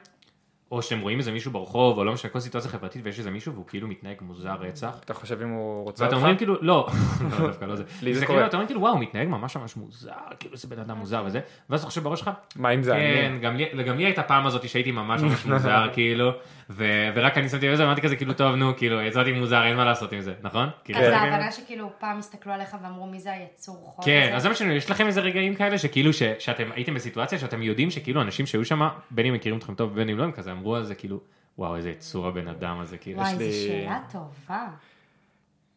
[SPEAKER 1] או שאתם רואים איזה מישהו ברחוב, או לא משנה, כל סיטואציה חברתית, ויש איזה מישהו והוא כאילו מתנהג מוזר רצח.
[SPEAKER 2] אתה חושב אם הוא רוצה
[SPEAKER 1] ואתם
[SPEAKER 2] אותך?
[SPEAKER 1] אומרים כאילו, לא, לא, דווקא לא זה.
[SPEAKER 2] לי זה
[SPEAKER 1] זה
[SPEAKER 2] קורה.
[SPEAKER 1] כאילו, אתה אומר כאילו, וואו, הוא מתנהג ממש ממש מוזר, כאילו זה בן אדם מוזר וזה, ואז אתה חושב בראש שלך,
[SPEAKER 2] מה אם זה
[SPEAKER 1] כן,
[SPEAKER 2] אני?
[SPEAKER 1] גם לי- גם לי הייתה פעם הזאת שהייתי ממש ממש מוזר, כאילו, ו- ורק אני שמתי לב לזה, אמרתי כזה, כאילו, טוב, נו, כאילו, יצאתי מוזר, אין מה לעשות עם זה, נכון? כאילו,
[SPEAKER 3] אז
[SPEAKER 2] כן.
[SPEAKER 1] זה-
[SPEAKER 3] ההבנה שכאילו פעם הסתכלו עליך ואמרו מי זה היצור חול
[SPEAKER 1] כן,
[SPEAKER 3] הזה?"
[SPEAKER 1] אז זה מה שאני אומר, יש לכם איזה רגעים כאלה שכאילו, ש- שאתם הייתם בסיטואציה שאתם יודעים שכאילו אנשים שהיו שם, בין אם מכירים אתכם טוב ובין אם לא, הם כזה אמרו על זה, כאילו, וואו, איזה יצור הבן אדם הזה, כאילו,
[SPEAKER 3] וואי,
[SPEAKER 1] יש לי-
[SPEAKER 3] זו
[SPEAKER 2] לי-
[SPEAKER 3] שאלה טובה.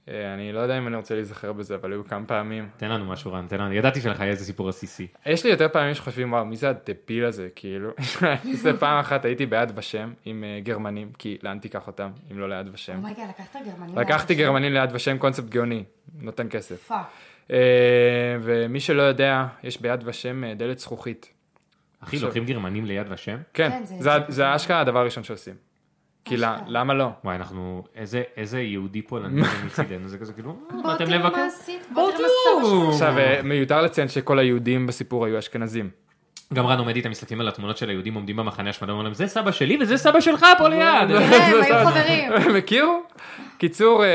[SPEAKER 2] אה, אני לא יודע אם אני רוצה להיזכר בזה, אבל היו כמה פעמים.
[SPEAKER 1] תן לנו משהו, רן, תן לנו, ידעתי שלך יהיה איזה סיפור עסיסי.
[SPEAKER 2] יש לי יותר פעמים שחושבים, וואו, מי זה הדביל הזה, כאילו. זה פעם אחת הייתי ביד ושם עם אה, גרמנים, כי לאן תיקח אותם, אם לא ליד
[SPEAKER 1] כן.
[SPEAKER 2] ושם.
[SPEAKER 3] אומייגה, לקחת גרמנים?
[SPEAKER 2] לקחתי
[SPEAKER 3] לאנשים?
[SPEAKER 2] גרמנים ליד ושם, קונספט גאוני, נותן כסף.
[SPEAKER 3] פאק.
[SPEAKER 2] אה, ומי שלא יודע, יש ביד ושם אה, דלת זכוכית.
[SPEAKER 1] אחי, לוקחים גרמנים ליד ושם?
[SPEAKER 2] כן,
[SPEAKER 3] כן, זה-
[SPEAKER 2] זה- זה אשכרה הדבר הראשון שעושים. כי לה-
[SPEAKER 3] אשכרה.
[SPEAKER 2] למה לא?
[SPEAKER 1] וואי, אנחנו, איזה, איזה יהודי פולנדי זה מצידנו, זה כזה כאילו, "אה,
[SPEAKER 3] בוא
[SPEAKER 1] באתם
[SPEAKER 3] תראו מה
[SPEAKER 1] לבקר?
[SPEAKER 3] עשית,
[SPEAKER 1] בואו
[SPEAKER 3] בוא תראו מה סבא
[SPEAKER 1] תראו.
[SPEAKER 3] שלך.
[SPEAKER 2] עכשיו, אה, מיותר לציין שכל היהודים בסיפור היו אשכנזים.
[SPEAKER 1] גם רן עומד איתם, מסתכלים על התמונות של היהודים עומדים במחנה השמדה, אומרים להם, זה סבא שלי וזה סבא שלך פה ליד.
[SPEAKER 3] כן, הם היו חברים.
[SPEAKER 2] מכירו? קיצור, אה,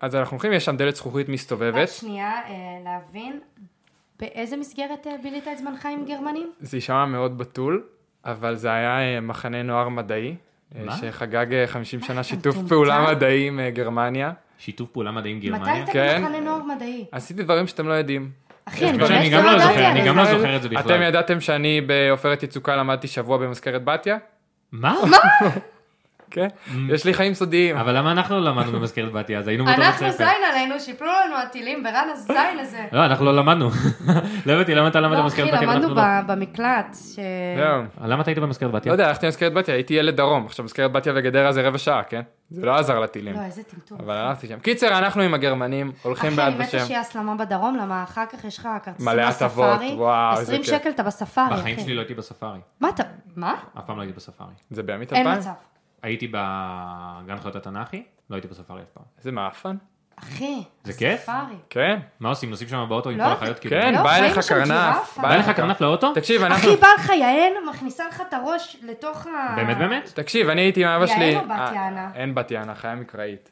[SPEAKER 2] אז אנחנו הולכים, יש שם דלת זכוכית מסתובבת.
[SPEAKER 3] רק שנייה, אה, להבין, באיזה מסגרת אה, בילית את זמנך עם גרמנים?
[SPEAKER 2] זה יישמע מאוד בתול, אבל זה היה אה, מחנה נוער מדעי, אה,
[SPEAKER 1] מה?
[SPEAKER 2] שחגג אה, 50 שנה שיתוף
[SPEAKER 3] מטומטם.
[SPEAKER 2] פעולה מדעי עם אה, גרמניה.
[SPEAKER 1] שיתוף פעולה מדעי עם
[SPEAKER 3] מתי
[SPEAKER 1] גרמניה?
[SPEAKER 3] היית
[SPEAKER 2] כן.
[SPEAKER 3] במחנה נוער מדעי?
[SPEAKER 2] עשיתי דברים שאתם לא יודעים.
[SPEAKER 3] אחי, אני
[SPEAKER 1] אני
[SPEAKER 3] באמת
[SPEAKER 1] גם
[SPEAKER 3] לא
[SPEAKER 1] לא
[SPEAKER 3] ידעתי
[SPEAKER 1] זוכר,
[SPEAKER 3] על
[SPEAKER 1] אני
[SPEAKER 3] זה.
[SPEAKER 1] גם לא זוכר את זה בכלל.
[SPEAKER 2] אתם ידעתם שאני בעופרת יצוקה למדתי שבוע במזכרת בתיה?
[SPEAKER 1] מה?
[SPEAKER 2] כן. יש לי חיים סודיים.
[SPEAKER 1] Mm. אבל למה אנחנו לא למדנו במזכרת בתיה? אז היינו באותו בית
[SPEAKER 3] אנחנו
[SPEAKER 1] ספר.
[SPEAKER 3] זין עלינו, שיפלו לנו הטילים ברן הזין הזה.
[SPEAKER 1] לא, אנחנו לא למדנו. לא הבנתי למה אתה למדת
[SPEAKER 3] לא,
[SPEAKER 1] במזכרת
[SPEAKER 3] אחי,
[SPEAKER 1] בתיה
[SPEAKER 3] למדנו
[SPEAKER 1] ואנחנו לא.
[SPEAKER 3] ב- במקלט, ש...
[SPEAKER 2] זהו.
[SPEAKER 1] למה אתה היית במזכרת בתיה?
[SPEAKER 2] לא יודע, הלכתי למזכרת בתיה, הייתי ילד דרום. עכשיו מזכרת בתיה וגדרה זה רבע שעה, כן? זה לא עזר לטילים.
[SPEAKER 1] כן.
[SPEAKER 3] לא, איזה טמטום.
[SPEAKER 2] אבל הלכתי שם. קיצר, אנחנו עם הגרמנים, הולכים
[SPEAKER 3] אחי,
[SPEAKER 2] בעד
[SPEAKER 3] אני מתה
[SPEAKER 2] ושם.
[SPEAKER 3] שיהיה הסלמה בדרום, למה אחר כך יש לך כרטיסים
[SPEAKER 2] מלא הטבות,
[SPEAKER 3] בספארי,
[SPEAKER 2] וואו, איזה
[SPEAKER 3] 20
[SPEAKER 2] כיף.
[SPEAKER 3] שקל אתה בספארי,
[SPEAKER 1] בחיים שלי
[SPEAKER 3] אחי.
[SPEAKER 1] לא הייתי בספארי.
[SPEAKER 3] מה אתה, מה?
[SPEAKER 1] אף פעם לא הייתי בספארי.
[SPEAKER 2] זה בימית
[SPEAKER 3] אין
[SPEAKER 2] אלפיים?
[SPEAKER 3] מצב.
[SPEAKER 1] הייתי בגן חיות התנ"כי, לא הייתי בספארי אף פעם.
[SPEAKER 2] איזה מעפן.
[SPEAKER 3] אחי,
[SPEAKER 1] זה כיף?
[SPEAKER 3] ספארי.
[SPEAKER 2] כן.
[SPEAKER 1] מה עושים? נוסעים שם באוטו עם כל
[SPEAKER 3] לא,
[SPEAKER 1] החיות? כאילו?
[SPEAKER 2] כן,
[SPEAKER 3] לא,
[SPEAKER 2] בא
[SPEAKER 3] חיים
[SPEAKER 2] אליך
[SPEAKER 3] שם
[SPEAKER 2] קרנף.
[SPEAKER 3] ג'ירפה.
[SPEAKER 1] בא לך קרנף לאוטו?
[SPEAKER 2] תקשיב, אנחנו...
[SPEAKER 3] אחי, בא לך יעל, מכניסה לך את הראש לתוך ה...
[SPEAKER 1] באמת באמת?
[SPEAKER 2] תקשיב, אני הייתי עם אבא
[SPEAKER 3] יעל
[SPEAKER 2] שלי...
[SPEAKER 3] או בת
[SPEAKER 2] אה,
[SPEAKER 3] יענה?
[SPEAKER 2] אין בת יענה, חיה מקראית.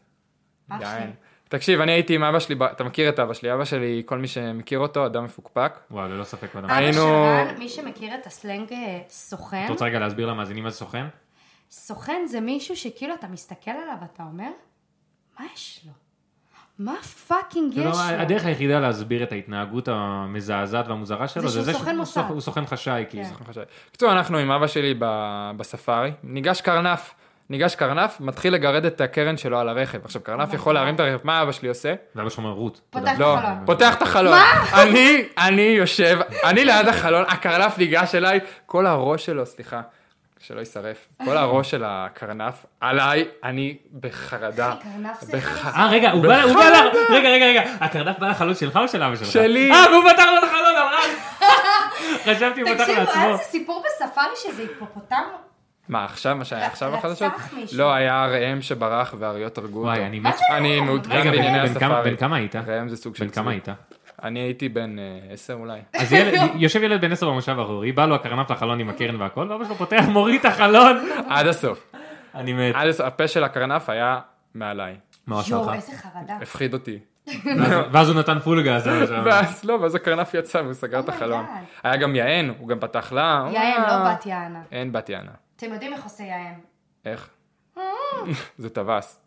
[SPEAKER 3] אח שלי.
[SPEAKER 2] יעל. תקשיב, אני הייתי עם אבא שלי, ב- אתה מכיר את אבא שלי, אבא שלי, כל מי שמכיר אותו, אדם מפוקפק.
[SPEAKER 1] וואו, ללא ספק. בן אדם. אה,
[SPEAKER 3] אבא של
[SPEAKER 2] היינו-
[SPEAKER 3] רן, מי שמכיר את הסלנג אה, סוכן,
[SPEAKER 1] את רוצה רגע להסביר למאזינים מה זה סוכן?
[SPEAKER 3] סוכן זה מישהו שכאילו אתה מסתכל עליו ואתה אומר, מה יש לו? מה פאקינג יש
[SPEAKER 1] כאילו,
[SPEAKER 3] לו?
[SPEAKER 1] הדרך היחידה להסביר את ההתנהגות המזעזעת והמוזרה שלו
[SPEAKER 3] זה
[SPEAKER 1] זה
[SPEAKER 3] שהוא
[SPEAKER 1] זה
[SPEAKER 3] סוכן
[SPEAKER 1] שהוא
[SPEAKER 3] מוסד.
[SPEAKER 1] סוכ- הוא סוכן חשאי, כאילו.
[SPEAKER 3] כן.
[SPEAKER 2] בקיצור, אנחנו עם אבא שלי ב- בספארי, ניגש קרנף. ניגש קרנף, מתחיל לגרד את הקרן שלו על הרכב. עכשיו, קרנף יכול להרים את הרכב, מה אבא שלי עושה?
[SPEAKER 1] ואבא שלך אומר רות.
[SPEAKER 3] פותח את
[SPEAKER 2] לא,
[SPEAKER 3] החלון.
[SPEAKER 2] פותח את החלון. מה? אני, אני יושב, אני ליד החלון, הקרנף ניגש אליי, כל הראש שלו, סליחה, שלא יישרף, כל הראש של הקרנף עליי, אני בחרדה.
[SPEAKER 3] אחי, קרנף זה
[SPEAKER 2] בח-
[SPEAKER 3] אחד
[SPEAKER 1] אה, רגע, הוא בא, הוא בא לך, רגע, רגע, רגע, הקרדף בא לחלון שלך או של אבא שלך?
[SPEAKER 2] שלי.
[SPEAKER 1] אה, והוא פתח לו את החלון, אמרן. חשבתי הוא פתח
[SPEAKER 3] תקשיבו, היה
[SPEAKER 1] לעצמו.
[SPEAKER 3] איזה סיפור בספארי שזה היפופוטם?
[SPEAKER 2] מה עכשיו, מה שהיה עכשיו
[SPEAKER 3] רצח
[SPEAKER 2] החדשות?
[SPEAKER 3] מישהו.
[SPEAKER 2] לא, היה ראם שברח והאריות הרגו אותו.
[SPEAKER 1] וואי, אני מת.
[SPEAKER 2] אני
[SPEAKER 3] מה לא?
[SPEAKER 2] מעודכן
[SPEAKER 1] רגע, בן-
[SPEAKER 2] בענייני
[SPEAKER 1] בן כמה-
[SPEAKER 2] הספארי.
[SPEAKER 1] בן כמה היית?
[SPEAKER 2] ראם זה סוג של
[SPEAKER 1] בן כמה
[SPEAKER 2] צבי.
[SPEAKER 1] היית?
[SPEAKER 2] אני הייתי בן אה, עשר אולי.
[SPEAKER 1] אז ילד- יושב ילד בן עשר במושב האחורי, בא לו הקרנף לחלון עם הקרן והכל, ואבא שלו פותח, מוריד את החלון.
[SPEAKER 2] עד הסוף.
[SPEAKER 1] אני מת.
[SPEAKER 2] עד הסוף, הפה של הקרנף היה מעליי.
[SPEAKER 1] מה עושה
[SPEAKER 3] יואו,
[SPEAKER 1] לך?
[SPEAKER 3] איזה חרדה.
[SPEAKER 2] הפחיד אותי.
[SPEAKER 1] ואז הוא נתן פול גז. אבא שלו.
[SPEAKER 2] ואז לא, ואז הקרנף יצא והוא סגר את
[SPEAKER 3] Oh my
[SPEAKER 2] החלון.
[SPEAKER 3] God.
[SPEAKER 2] היה גם יען, הוא גם פתח לה.
[SPEAKER 1] אה.
[SPEAKER 2] הוא
[SPEAKER 3] יען,
[SPEAKER 2] היה-
[SPEAKER 3] לא בת יענה.
[SPEAKER 2] אין בת יענה.
[SPEAKER 3] אתם יודעים איך עושה יען.
[SPEAKER 2] איך?
[SPEAKER 3] Mm.
[SPEAKER 2] זה טווס.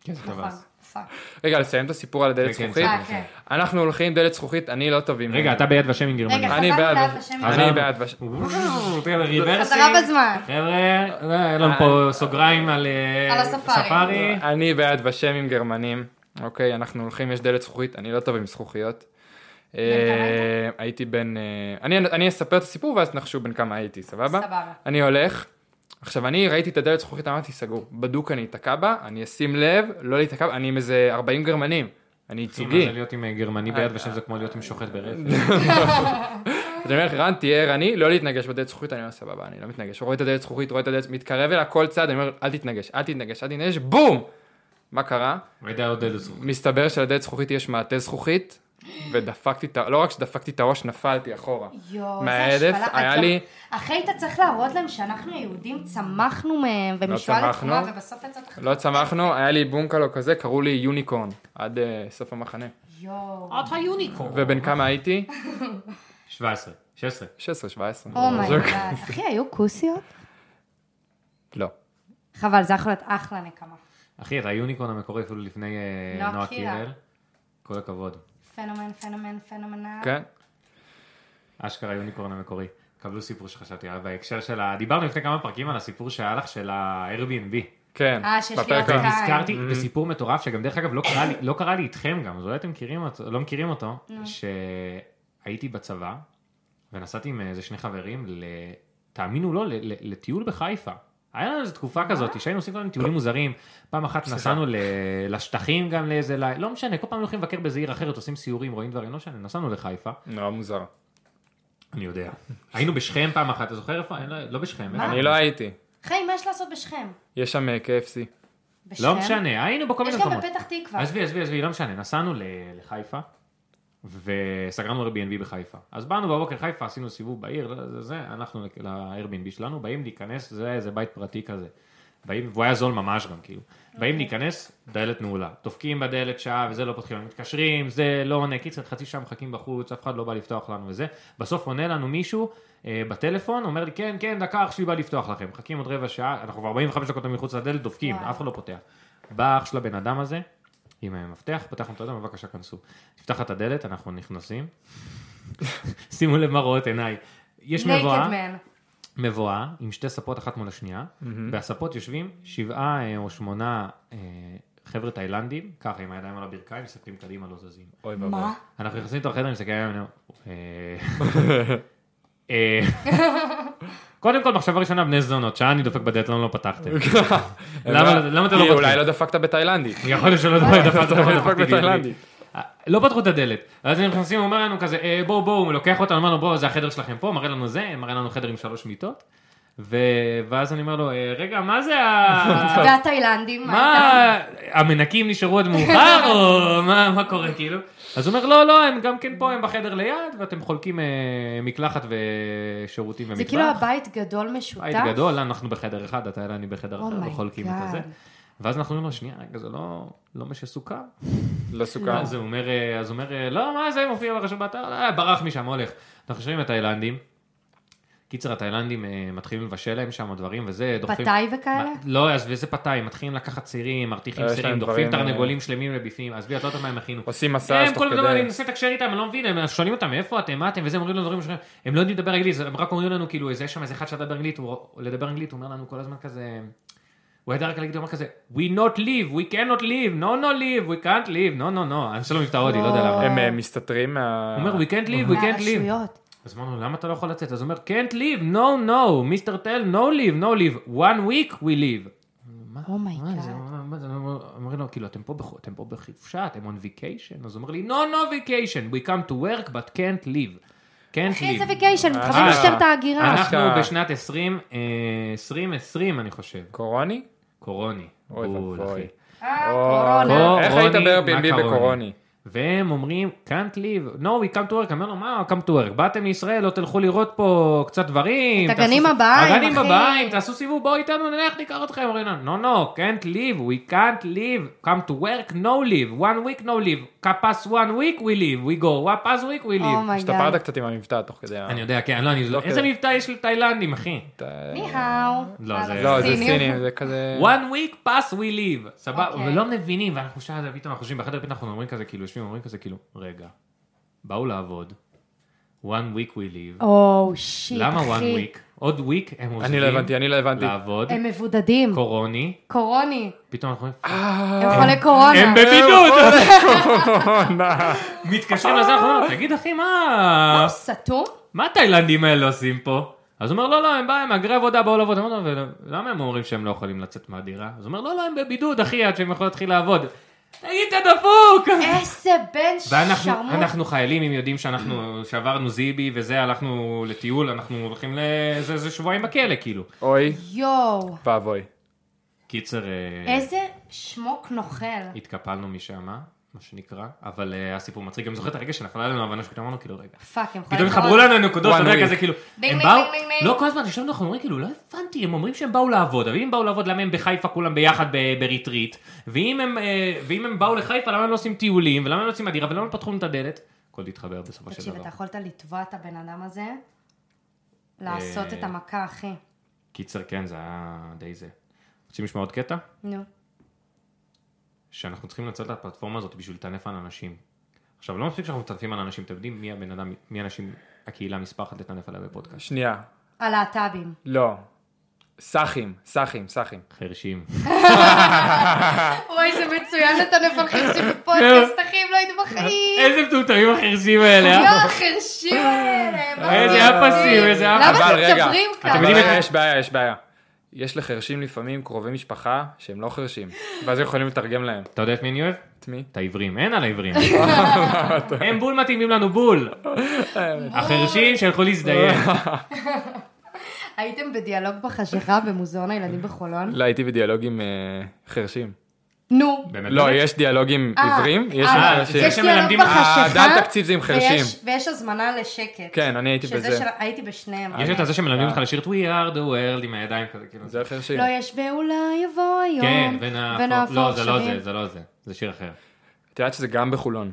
[SPEAKER 1] כן, זה טוב,
[SPEAKER 3] נכון,
[SPEAKER 1] אז.
[SPEAKER 3] פאק.
[SPEAKER 2] רגע, לסיים את הסיפור על
[SPEAKER 1] כן,
[SPEAKER 2] הדלת
[SPEAKER 1] כן,
[SPEAKER 2] זכוכית.
[SPEAKER 3] אה, כן.
[SPEAKER 2] אנחנו הולכים דלת זכוכית, אני לא טוב עם...
[SPEAKER 1] רגע, אתה ביד ושם עם
[SPEAKER 3] נכון. רגע,
[SPEAKER 1] גרמניה.
[SPEAKER 2] אני
[SPEAKER 3] חזרנו
[SPEAKER 2] בעד-
[SPEAKER 3] לאבא שם.
[SPEAKER 2] אני
[SPEAKER 1] חזרנו.
[SPEAKER 2] בעד וש...
[SPEAKER 1] תראה, ריברסים.
[SPEAKER 3] חזרה בזמן.
[SPEAKER 1] חבר'ה, לא, היה לנו פה סוגריים על אה,
[SPEAKER 3] על הספארי.
[SPEAKER 2] אני ביד ושם עם גרמנים, אוקיי, אנחנו הולכים, יש דלת זכוכית, אני לא טוב עם זכוכיות. אה, הייתי בן... אה, אני- אני אספר את הסיפור ואז תנחשו בן כמה הייתי, סבבה?
[SPEAKER 3] סבבה.
[SPEAKER 2] אני הולך, עכשיו אני ראיתי את הדלת זכוכית, אמרתי, סגור, בדוק אני אתקע בה, אני אשים לב, לא להיתקע, בה, אני עם איזה 40 גרמנים, אני
[SPEAKER 1] מה זה
[SPEAKER 2] ייצוגי.
[SPEAKER 1] להיות עם אה, גרמני ביד ושם זה כמו להיות עם שוחט ברפת.
[SPEAKER 2] אז אני אומר, רן, תהיה ערני, לא להתנגש בדלת זכוכית, אני אומר, סבבה, אני לא מתנגש. רואה את הדלת זכוכית, רואה את הדלת, מתקרב אליה כל צד, אני אומר, אל תתנגש, אל תתנגש, אל תתנגש, בום! מה קרה? אה.
[SPEAKER 1] מידע עוד איזה זכות.
[SPEAKER 2] מסתבר שלדלת זכוכית יש מעטה זכוכית, ודפקתי את ה... לא רק שדפקתי את הראש, נפלתי אחורה.
[SPEAKER 3] יואו,
[SPEAKER 2] מההדף, היה
[SPEAKER 3] אתה-
[SPEAKER 2] לי-
[SPEAKER 3] אחי, היית צריך להראות להם שאנחנו היהודים צמחנו מהם,
[SPEAKER 1] לא
[SPEAKER 3] ומשוואה
[SPEAKER 2] צמחנו.
[SPEAKER 3] לתחומה, ובסוף יצאת לך...
[SPEAKER 2] לא צמחנו, היה לי בונקלו כזה, קראו לי יוניקורן, עד אה, סוף המחנה.
[SPEAKER 3] יואו.
[SPEAKER 1] אתה יוניקורן.
[SPEAKER 2] ובן כמה הייתי?
[SPEAKER 1] 17, 16.
[SPEAKER 2] 16, 17.
[SPEAKER 3] אומייגאד. Oh אחי, היו כוסיות?
[SPEAKER 2] לא.
[SPEAKER 3] חבל, זה יכול להיות אחלה נקמה.
[SPEAKER 1] אחי, אתה היוניקורן המקורי אפילו לפני אה,
[SPEAKER 3] נועה
[SPEAKER 1] נועה
[SPEAKER 3] קירל.
[SPEAKER 1] קירל. כל הכבוד.
[SPEAKER 3] פנומן, פנומן, פנומנל.
[SPEAKER 2] כן?
[SPEAKER 1] אשכרה יוניקורן המקורי. קבלו סיפור שחשבתי עליו בהקשר של ה... דיברנו לפני כמה פרקים על הסיפור שהיה לך של ה-Airbnb.
[SPEAKER 2] כן.
[SPEAKER 3] אה, שיש לי
[SPEAKER 2] בפרק
[SPEAKER 3] עוד
[SPEAKER 2] ה-
[SPEAKER 3] אחד.
[SPEAKER 1] נזכרתי בסיפור מטורף, שגם דרך אגב לא קרה לי- לא קרה לי איתכם גם, אז אולי אתם מכירים אותו, לא מכירים אותו, שהייתי בצבא, ונסעתי עם איזה שני חברים, ל- תאמינו לא, ל- ל- לטיול בחיפה. היה לנו איזו תקופה כזאת, שהיינו עושים כל מיני טיולים מוזרים. פעם אחת נסענו ל- לשטחים גם לאיזה לילה, לא משנה, כל פעם הולכים לבקר באיזה עיר אחרת, עושים סיורים, רואים דברים, לא משנה, נסענו לחיפה.
[SPEAKER 2] נורא לא, מוזר.
[SPEAKER 1] אני יודע. היינו בשכם פעם אחת, אתה זוכר איפה? אני לא- לא בשכם. איפה?
[SPEAKER 2] אני לא הייתי.
[SPEAKER 3] חיים, מה יש לעשות בשכם?
[SPEAKER 2] יש שם אה, KFC.
[SPEAKER 3] בשכם?
[SPEAKER 1] לא משנה, היינו בכל
[SPEAKER 3] יש
[SPEAKER 1] מיני
[SPEAKER 3] גם
[SPEAKER 1] מקומות.
[SPEAKER 3] בפתח תקווה.
[SPEAKER 1] עזבי, עזבי, עזבי, לא משנה. נסענו ל- לחיפה, וסגרנו Airbnb בחיפה. אז באנו בבוקר חיפה, עשינו סיבוב בעיר, לא, זה, זה, אנחנו ל- ל-Airbnb שלנו, באים להיכנס, זה איזה בית פרטי כזה. באים, והוא היה זול ממש גם, כאילו. באים להיכנס, דלת נעולה. דופקים בדלת שעה, וזה לא פותחים, מתקשרים, זה לא עונה. קיצר, חצי שעה מחכים בחוץ, אף אחד לא בא לפתוח לנו וזה. בסוף עונה לנו מישהו אה, בטלפון, אומר לי, כן, כן, דקה, אח שלי בא לפתוח לכם. מחכים עוד רבע שעה, אנחנו כבר 45 דקות מחוץ לדלת, דופקים,
[SPEAKER 3] וואו.
[SPEAKER 1] אף אחד לא פותח. בא אח של הבן אדם הזה, עם המפתח, פתחנו את הדלת, בבקשה, כנסו. נפתחת את הדלת, אנחנו נכנסים. שימו לב מה רואות עיניי. יש מבואה.
[SPEAKER 3] Naked Man.
[SPEAKER 1] מבואה עם שתי ספות אחת מול השנייה, והספות יושבים שבעה אה, או שמונה אה, חבר'ה תאילנדים, ככה עם הידיים על הברכיים, מסתכלים קדימה, לא זזים.
[SPEAKER 2] אוי
[SPEAKER 3] מה?
[SPEAKER 1] אנחנו נכנסים לתוך החדר, מסתכלים עליהם, אני אומר, אה, אה, קודם כל, מחשבה ראשונה, בני זונות, שעה אני דופק בדלת, למה לא פתחתם? למה למה אתם לא
[SPEAKER 2] כי
[SPEAKER 1] פותחים?
[SPEAKER 2] אולי לא דפקת בתאילנדית.
[SPEAKER 1] יכול להיות שלא דפק דפק
[SPEAKER 2] דפק
[SPEAKER 1] דפק דפק
[SPEAKER 2] בתאילנדי.
[SPEAKER 1] אה, לא פתחו את הדלת, ואז הם נכנסים, הוא אומר לנו כזה, "אה, בואו בואו, הוא לוקח אותנו, אמר לנו בואו, זה החדר שלכם פה, מראה לנו זה, מראה לנו חדר עם שלוש מיטות, ו- ואז אני אומר לו, "אה, רגע, מה זה ה...
[SPEAKER 3] והתאילנדים, אתה-
[SPEAKER 1] אה. מה, המנקים נשארו עד מאוחר, או מה מה קורה כאילו? אז הוא אומר, לא, לא, הם גם כן פה, הם בחדר ליד, ואתם חולקים אה, מקלחת ושירותים
[SPEAKER 3] זה
[SPEAKER 1] ומטבח.
[SPEAKER 3] כאילו הבית גדול משותף.
[SPEAKER 1] בית גדול, אה, אנחנו בחדר אחד, אתה אני בחדר אחר,
[SPEAKER 3] אומייגאד.
[SPEAKER 1] וחולקים את הזה. ואז אנחנו אומרים לו, שנייה, רגע, זה לא, לא מה שסוכם.
[SPEAKER 2] לא סוכר.
[SPEAKER 1] אז הוא אומר, אה, אז הוא אומר, אה, לא, מה זה, מופיע ברשום באתר, אה, ברח משם, הולך. אנחנו חושבים התאילנדים. קיצר, התאילנדים אה, מתחילים לבשל להם שם דברים וזה, דוחפים...
[SPEAKER 3] פתאי וכאלה?
[SPEAKER 1] מה- לא, עזבי, זה פתאי, מתחילים לקחת סירים, מרתיחים
[SPEAKER 2] אה, יש
[SPEAKER 1] סירים,
[SPEAKER 2] להם
[SPEAKER 1] דוחפים
[SPEAKER 2] דברים,
[SPEAKER 1] תרנגולים שלמים לבפנים, עזבי, את לא יודעת מה הם הכינו.
[SPEAKER 2] עושים מסאז'
[SPEAKER 1] הם
[SPEAKER 2] תוך
[SPEAKER 1] כל הזמן, אני
[SPEAKER 2] כדי.
[SPEAKER 1] מנסה לתקשר איתם, אני לא מבין, הם שואלים אותם, איפה אתם, מה אתם, וזה, הם אומרים לנו דברים שלהם, הם לא יודעים לדבר אנגלית, הם רק אומרים לנו, כאילו, זה שם איזה אחד שידע באנגלית, הוא- לדבר אנגלית, הוא אומר לנו כל הזמן כזה, הוא ידע רק להגיד, הוא אמר כזה, we not live, we cannot live, no no live, we can't live, no no no, אני שלא מבטא הודי, לא יודע למה.
[SPEAKER 2] הם אה, מסתתרים מה...
[SPEAKER 1] הוא אומר, we can't live, we can't live.
[SPEAKER 3] מהרשויות.
[SPEAKER 1] אז אמרנו, למה אתה לא יכול לצאת? אז הוא אומר, can't live, no no, מיסטר טל, no live, no live, one week we live. מה-
[SPEAKER 3] אומייגאד.
[SPEAKER 1] מה זה, מה- מה זה, אומרים לו, כאילו, אתם פה בח- אתם פה בחופשה, אתם on vacation? אז הוא אומר לי, no, no vacation, we come to work, but can't live. can't
[SPEAKER 3] אחי, זה
[SPEAKER 1] live.
[SPEAKER 3] ויקיישן, מתחבאים
[SPEAKER 1] כן אה,
[SPEAKER 3] משטרת ההגירה.
[SPEAKER 1] אנחנו
[SPEAKER 2] אשכרה.
[SPEAKER 1] בשנת 20, אה, 2020, אני חושב,
[SPEAKER 2] קורוני?
[SPEAKER 1] קורוני.
[SPEAKER 2] אוי
[SPEAKER 1] בול,
[SPEAKER 2] ואבוי.
[SPEAKER 1] אחי.
[SPEAKER 3] אה,
[SPEAKER 1] קורונה.
[SPEAKER 3] קורונה.
[SPEAKER 2] איך היית
[SPEAKER 1] קורוני,
[SPEAKER 2] ב-Airbnb
[SPEAKER 1] מקרוני.
[SPEAKER 2] בקורוני?
[SPEAKER 1] והם אומרים, can't live, no, we come to work, אני אומר לו, מה come to work? באתם מישראל, לא תלכו לראות פה קצת דברים.
[SPEAKER 3] את הגנים
[SPEAKER 1] תעשו-
[SPEAKER 3] הבאים,
[SPEAKER 1] הגנים
[SPEAKER 3] אחי.
[SPEAKER 1] הבאים, תעשו סיבוב, בואו איתנו, נלך, ניקח אתכם. אומרים לנו, no, no, can't live, we can't live, come to work, no live, one week, no live, pass one week, we live, we go, what pass week, we live.
[SPEAKER 2] השתפרת
[SPEAKER 3] אומייגאד.
[SPEAKER 2] קצת עם המבטא תוך כדי ה...
[SPEAKER 1] אני יודע, כן, לא, אני...
[SPEAKER 2] לא
[SPEAKER 1] איזה
[SPEAKER 2] כדאי.
[SPEAKER 1] מבטא יש לתאילנדים, אחי?
[SPEAKER 2] אתה-
[SPEAKER 3] ניהאו.
[SPEAKER 1] לא,
[SPEAKER 3] אה,
[SPEAKER 1] זה-
[SPEAKER 2] לא, זה
[SPEAKER 3] סינים.
[SPEAKER 2] סינים, זה כזה...
[SPEAKER 1] one week pass we live, סבבה,
[SPEAKER 3] כן. אוקיי.
[SPEAKER 1] ולא מבינים, ואנחנו שעה, זה, פתאום אנחנו יושבים בחדר, פתאום אנחנו אומרים כזה, כאילו, יושבים, אומרים כזה, כאילו, רגע, באו לעבוד, one week we live,
[SPEAKER 3] או, שיט,
[SPEAKER 1] למה one
[SPEAKER 3] אוקיי, Oh, אחי.
[SPEAKER 1] week? עוד week הם עוזבים,
[SPEAKER 2] אני לא הבנתי, אני לא הבנתי.
[SPEAKER 1] לעבוד,
[SPEAKER 3] הם מבודדים.
[SPEAKER 1] קורוני,
[SPEAKER 3] קורוני.
[SPEAKER 1] פתאום אנחנו אומרים,
[SPEAKER 3] הם חולי קורונה.
[SPEAKER 1] אה. הם בבידוד,
[SPEAKER 2] קורונה.
[SPEAKER 1] "אה, מתקשרים לזה, אנחנו אומרים, לו, תגיד אחי, מה,
[SPEAKER 3] הוא סתום?
[SPEAKER 1] מה התאילנדים האלה עושים פה? אז הוא אומר, לא, לא, הם באים, מהגרי עבודה באו לעבוד. אמרנו, ולמה הם אומרים שהם לא יכולים לצאת מהדירה? אז הוא אומר, לא, לא, הם בבידוד, אחי, עד שהם יכולים להתחיל לעבוד. תגיד, אתה דפוק!
[SPEAKER 3] איזה בן
[SPEAKER 1] ואנחנו
[SPEAKER 3] שרמוט.
[SPEAKER 1] אנחנו חיילים, אם יודעים שאנחנו שעברנו זיבי וזה, הלכנו לטיול, אנחנו הולכים לאיזה איזה שבועיים בכלא, כאילו.
[SPEAKER 2] אוי
[SPEAKER 3] יואו.
[SPEAKER 2] ואבוי.
[SPEAKER 1] קיצר, אה,
[SPEAKER 3] איזה שמוק נוכל.
[SPEAKER 1] התקפלנו משם, מה שנקרא, אבל אה, היה סיפור מצחיק. גם זוכר את הרגע שנפלה עלינו ההבנה שפתאום אמרנו, כאילו, רגע.
[SPEAKER 3] פאק, הם
[SPEAKER 1] פתאום
[SPEAKER 3] יכולים
[SPEAKER 1] חברו לנו נקודות,
[SPEAKER 2] One
[SPEAKER 1] אתה יודע,
[SPEAKER 2] week.
[SPEAKER 1] כזה כאילו,
[SPEAKER 3] בינג,
[SPEAKER 1] הם
[SPEAKER 3] בינג,
[SPEAKER 1] באו,
[SPEAKER 3] בינג, בינג.
[SPEAKER 1] לא כל הזמן ישבנו, אנחנו אומרים כאילו, לא הבנתי, הם אומרים שהם באו לעבוד, אבל אם הם באו לעבוד, למה הם בחיפה כולם ביחד ב- בריטריט, ואם הם, אה, ואם הם באו לחיפה, למה הם לא עושים טיולים, ולמה הם לא עושים הדירה, ולמה הם פתחו לנו את הדלת? הכל התחבר בסופו של
[SPEAKER 3] תקשיב,
[SPEAKER 1] דבר.
[SPEAKER 3] אתה יכולת לתבוע את הבן אדם הזה, לעשות
[SPEAKER 1] אה.
[SPEAKER 3] את המכה, אחי.
[SPEAKER 1] קיצר, כן, זה היה די זה. רוצים לשמוע עוד קטע?
[SPEAKER 3] נו.
[SPEAKER 1] שאנחנו צריכים לנצל את הפלטפורמה הזאת בשביל לטנף על אנשים. עכשיו, לא מספיק שאנחנו מטנפים על אנשים, אתם יודעים מי הבן אדם, מי האנשים, הקהילה מספר אחת לטנף עליה בפודקאסט.
[SPEAKER 2] שנייה,
[SPEAKER 3] הלהט"בים.
[SPEAKER 2] לא. סאחים, סאחים, סאחים.
[SPEAKER 1] חרשים.
[SPEAKER 3] וואי, זה מצוין לטנף על חרשים בפודקאסט, אחי, הם לא הייתם בחיים.
[SPEAKER 1] איזה מטומטמים החרשים האלה,
[SPEAKER 3] לא,
[SPEAKER 1] אה?
[SPEAKER 3] החרשים האלה. לא מה
[SPEAKER 1] איזה
[SPEAKER 3] אתם
[SPEAKER 1] אפסים,
[SPEAKER 3] מדברים?
[SPEAKER 1] איזה אפס.
[SPEAKER 3] למה
[SPEAKER 2] אבל
[SPEAKER 3] אתם
[SPEAKER 2] רגע,
[SPEAKER 3] מדברים
[SPEAKER 2] אתם
[SPEAKER 3] ככה? אה.
[SPEAKER 1] יודעים
[SPEAKER 2] אבל
[SPEAKER 1] את-
[SPEAKER 2] רגע, יש בעיה, יש בעיה. יש לחרשים לפעמים קרובי משפחה שהם לא חרשים, ואז הם יכולים לתרגם להם.
[SPEAKER 1] אתה יודע את מי אני אוהב?
[SPEAKER 2] את מי?
[SPEAKER 1] את העברים, אין על העברים. הם בול מתאימים לנו בול. החרשים שהלכו להזדיין.
[SPEAKER 3] הייתם בדיאלוג בחשיכה במוזיאון הילדים בחולון?
[SPEAKER 2] לא, הייתי בדיאלוג עם אה, חרשים.
[SPEAKER 3] נו.
[SPEAKER 1] באמת?
[SPEAKER 2] לא,
[SPEAKER 1] באמת?
[SPEAKER 2] יש דיאלוג עם
[SPEAKER 3] אה,
[SPEAKER 2] עיוורים, יש עם
[SPEAKER 3] אה,
[SPEAKER 2] חרשים.
[SPEAKER 1] זה
[SPEAKER 3] יש
[SPEAKER 1] שמלמדים-
[SPEAKER 3] דיאלוג בחשיכה.
[SPEAKER 2] הדל תקציב זה עם חרשים.
[SPEAKER 3] ויש- ויש הזמנה לשקט.
[SPEAKER 2] כן, אני הייתי
[SPEAKER 3] שזה
[SPEAKER 2] בזה.
[SPEAKER 3] של- הייתי בשניהם.
[SPEAKER 1] יש את הזה שמלמדים אותך לשיר את We are the world עם הידיים כזה, כאילו.
[SPEAKER 2] זה החרשים.
[SPEAKER 3] לא, יש ואולי יבוא היום.
[SPEAKER 1] כן, ונהפוך. לא, זה לא זה, זה לא זה. זה שיר אחר.
[SPEAKER 2] את יודעת שזה גם בחולון.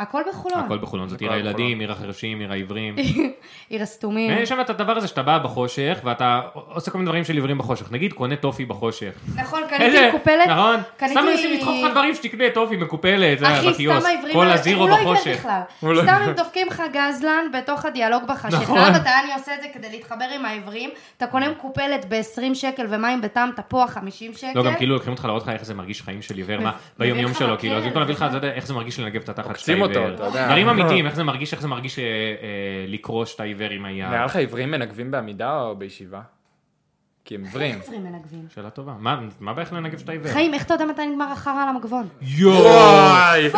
[SPEAKER 3] הכל אה. בחולון.
[SPEAKER 1] הכל בחולון, זאת
[SPEAKER 2] הכל
[SPEAKER 1] עיר הילדים,
[SPEAKER 2] בחולון.
[SPEAKER 1] עיר החרשים, עיר העברים.
[SPEAKER 3] עיר הסתומים.
[SPEAKER 1] יש שם את הדבר הזה שאתה בא בחושך, ואתה עושה כל מיני דברים של עיוורים בחושך. נגיד, קונה טופי בחושך.
[SPEAKER 3] נכון,
[SPEAKER 1] איזה-
[SPEAKER 3] קניתי קופלת.
[SPEAKER 1] נכון.
[SPEAKER 3] קניתי-
[SPEAKER 1] סתם מנסים לדחוף לך דברים שתקנה טופי מקופלת, זה
[SPEAKER 3] אחי,
[SPEAKER 1] בקיוסק.
[SPEAKER 3] סתם העברים
[SPEAKER 1] כל
[SPEAKER 3] האלה-
[SPEAKER 1] הזירו
[SPEAKER 3] הוא לא עיוור
[SPEAKER 1] בחושך.
[SPEAKER 3] בכלל.
[SPEAKER 2] הוא לא
[SPEAKER 3] סתם
[SPEAKER 2] עיוור.
[SPEAKER 3] הם דופקים לך גזלן בתוך הדיאלוג בחשיכה,
[SPEAKER 1] נכון.
[SPEAKER 3] ואתה, אני עושה את זה כדי להתחבר עם העברים. אתה קונה קופלת ב-20 שקל ומים בטעם תפוח 50 שקל.
[SPEAKER 1] לא, גם כאילו לוקחים אותך להראות לך איך זה מרגיש חיים של עיוור, מה ביום יום
[SPEAKER 3] לך
[SPEAKER 1] שלו,
[SPEAKER 3] מקל,
[SPEAKER 1] כאילו, אז במקום להביא לך,
[SPEAKER 3] זה-
[SPEAKER 1] אתה יודע, איך זה מרגיש לנגב את התחת שאתה
[SPEAKER 2] עוקצים
[SPEAKER 1] עיוור.
[SPEAKER 2] אותו, אתה יודע.
[SPEAKER 1] דברים אמיתיים, איך זה מרגיש, איך זה מרגיש אה, אה, לקרוא שאתה עיוור עם היד.
[SPEAKER 2] נראה לך עיוורים מנגבים בעמידה או בישיבה? כי הם עיוורים.
[SPEAKER 3] עיוורים מנגבים.
[SPEAKER 1] שאלה טובה. מה- מה בערך לנגב שאתה עיוור?
[SPEAKER 3] חיים, איך אתה יודע מתי נגמר החרא על המגבון?
[SPEAKER 1] יואו!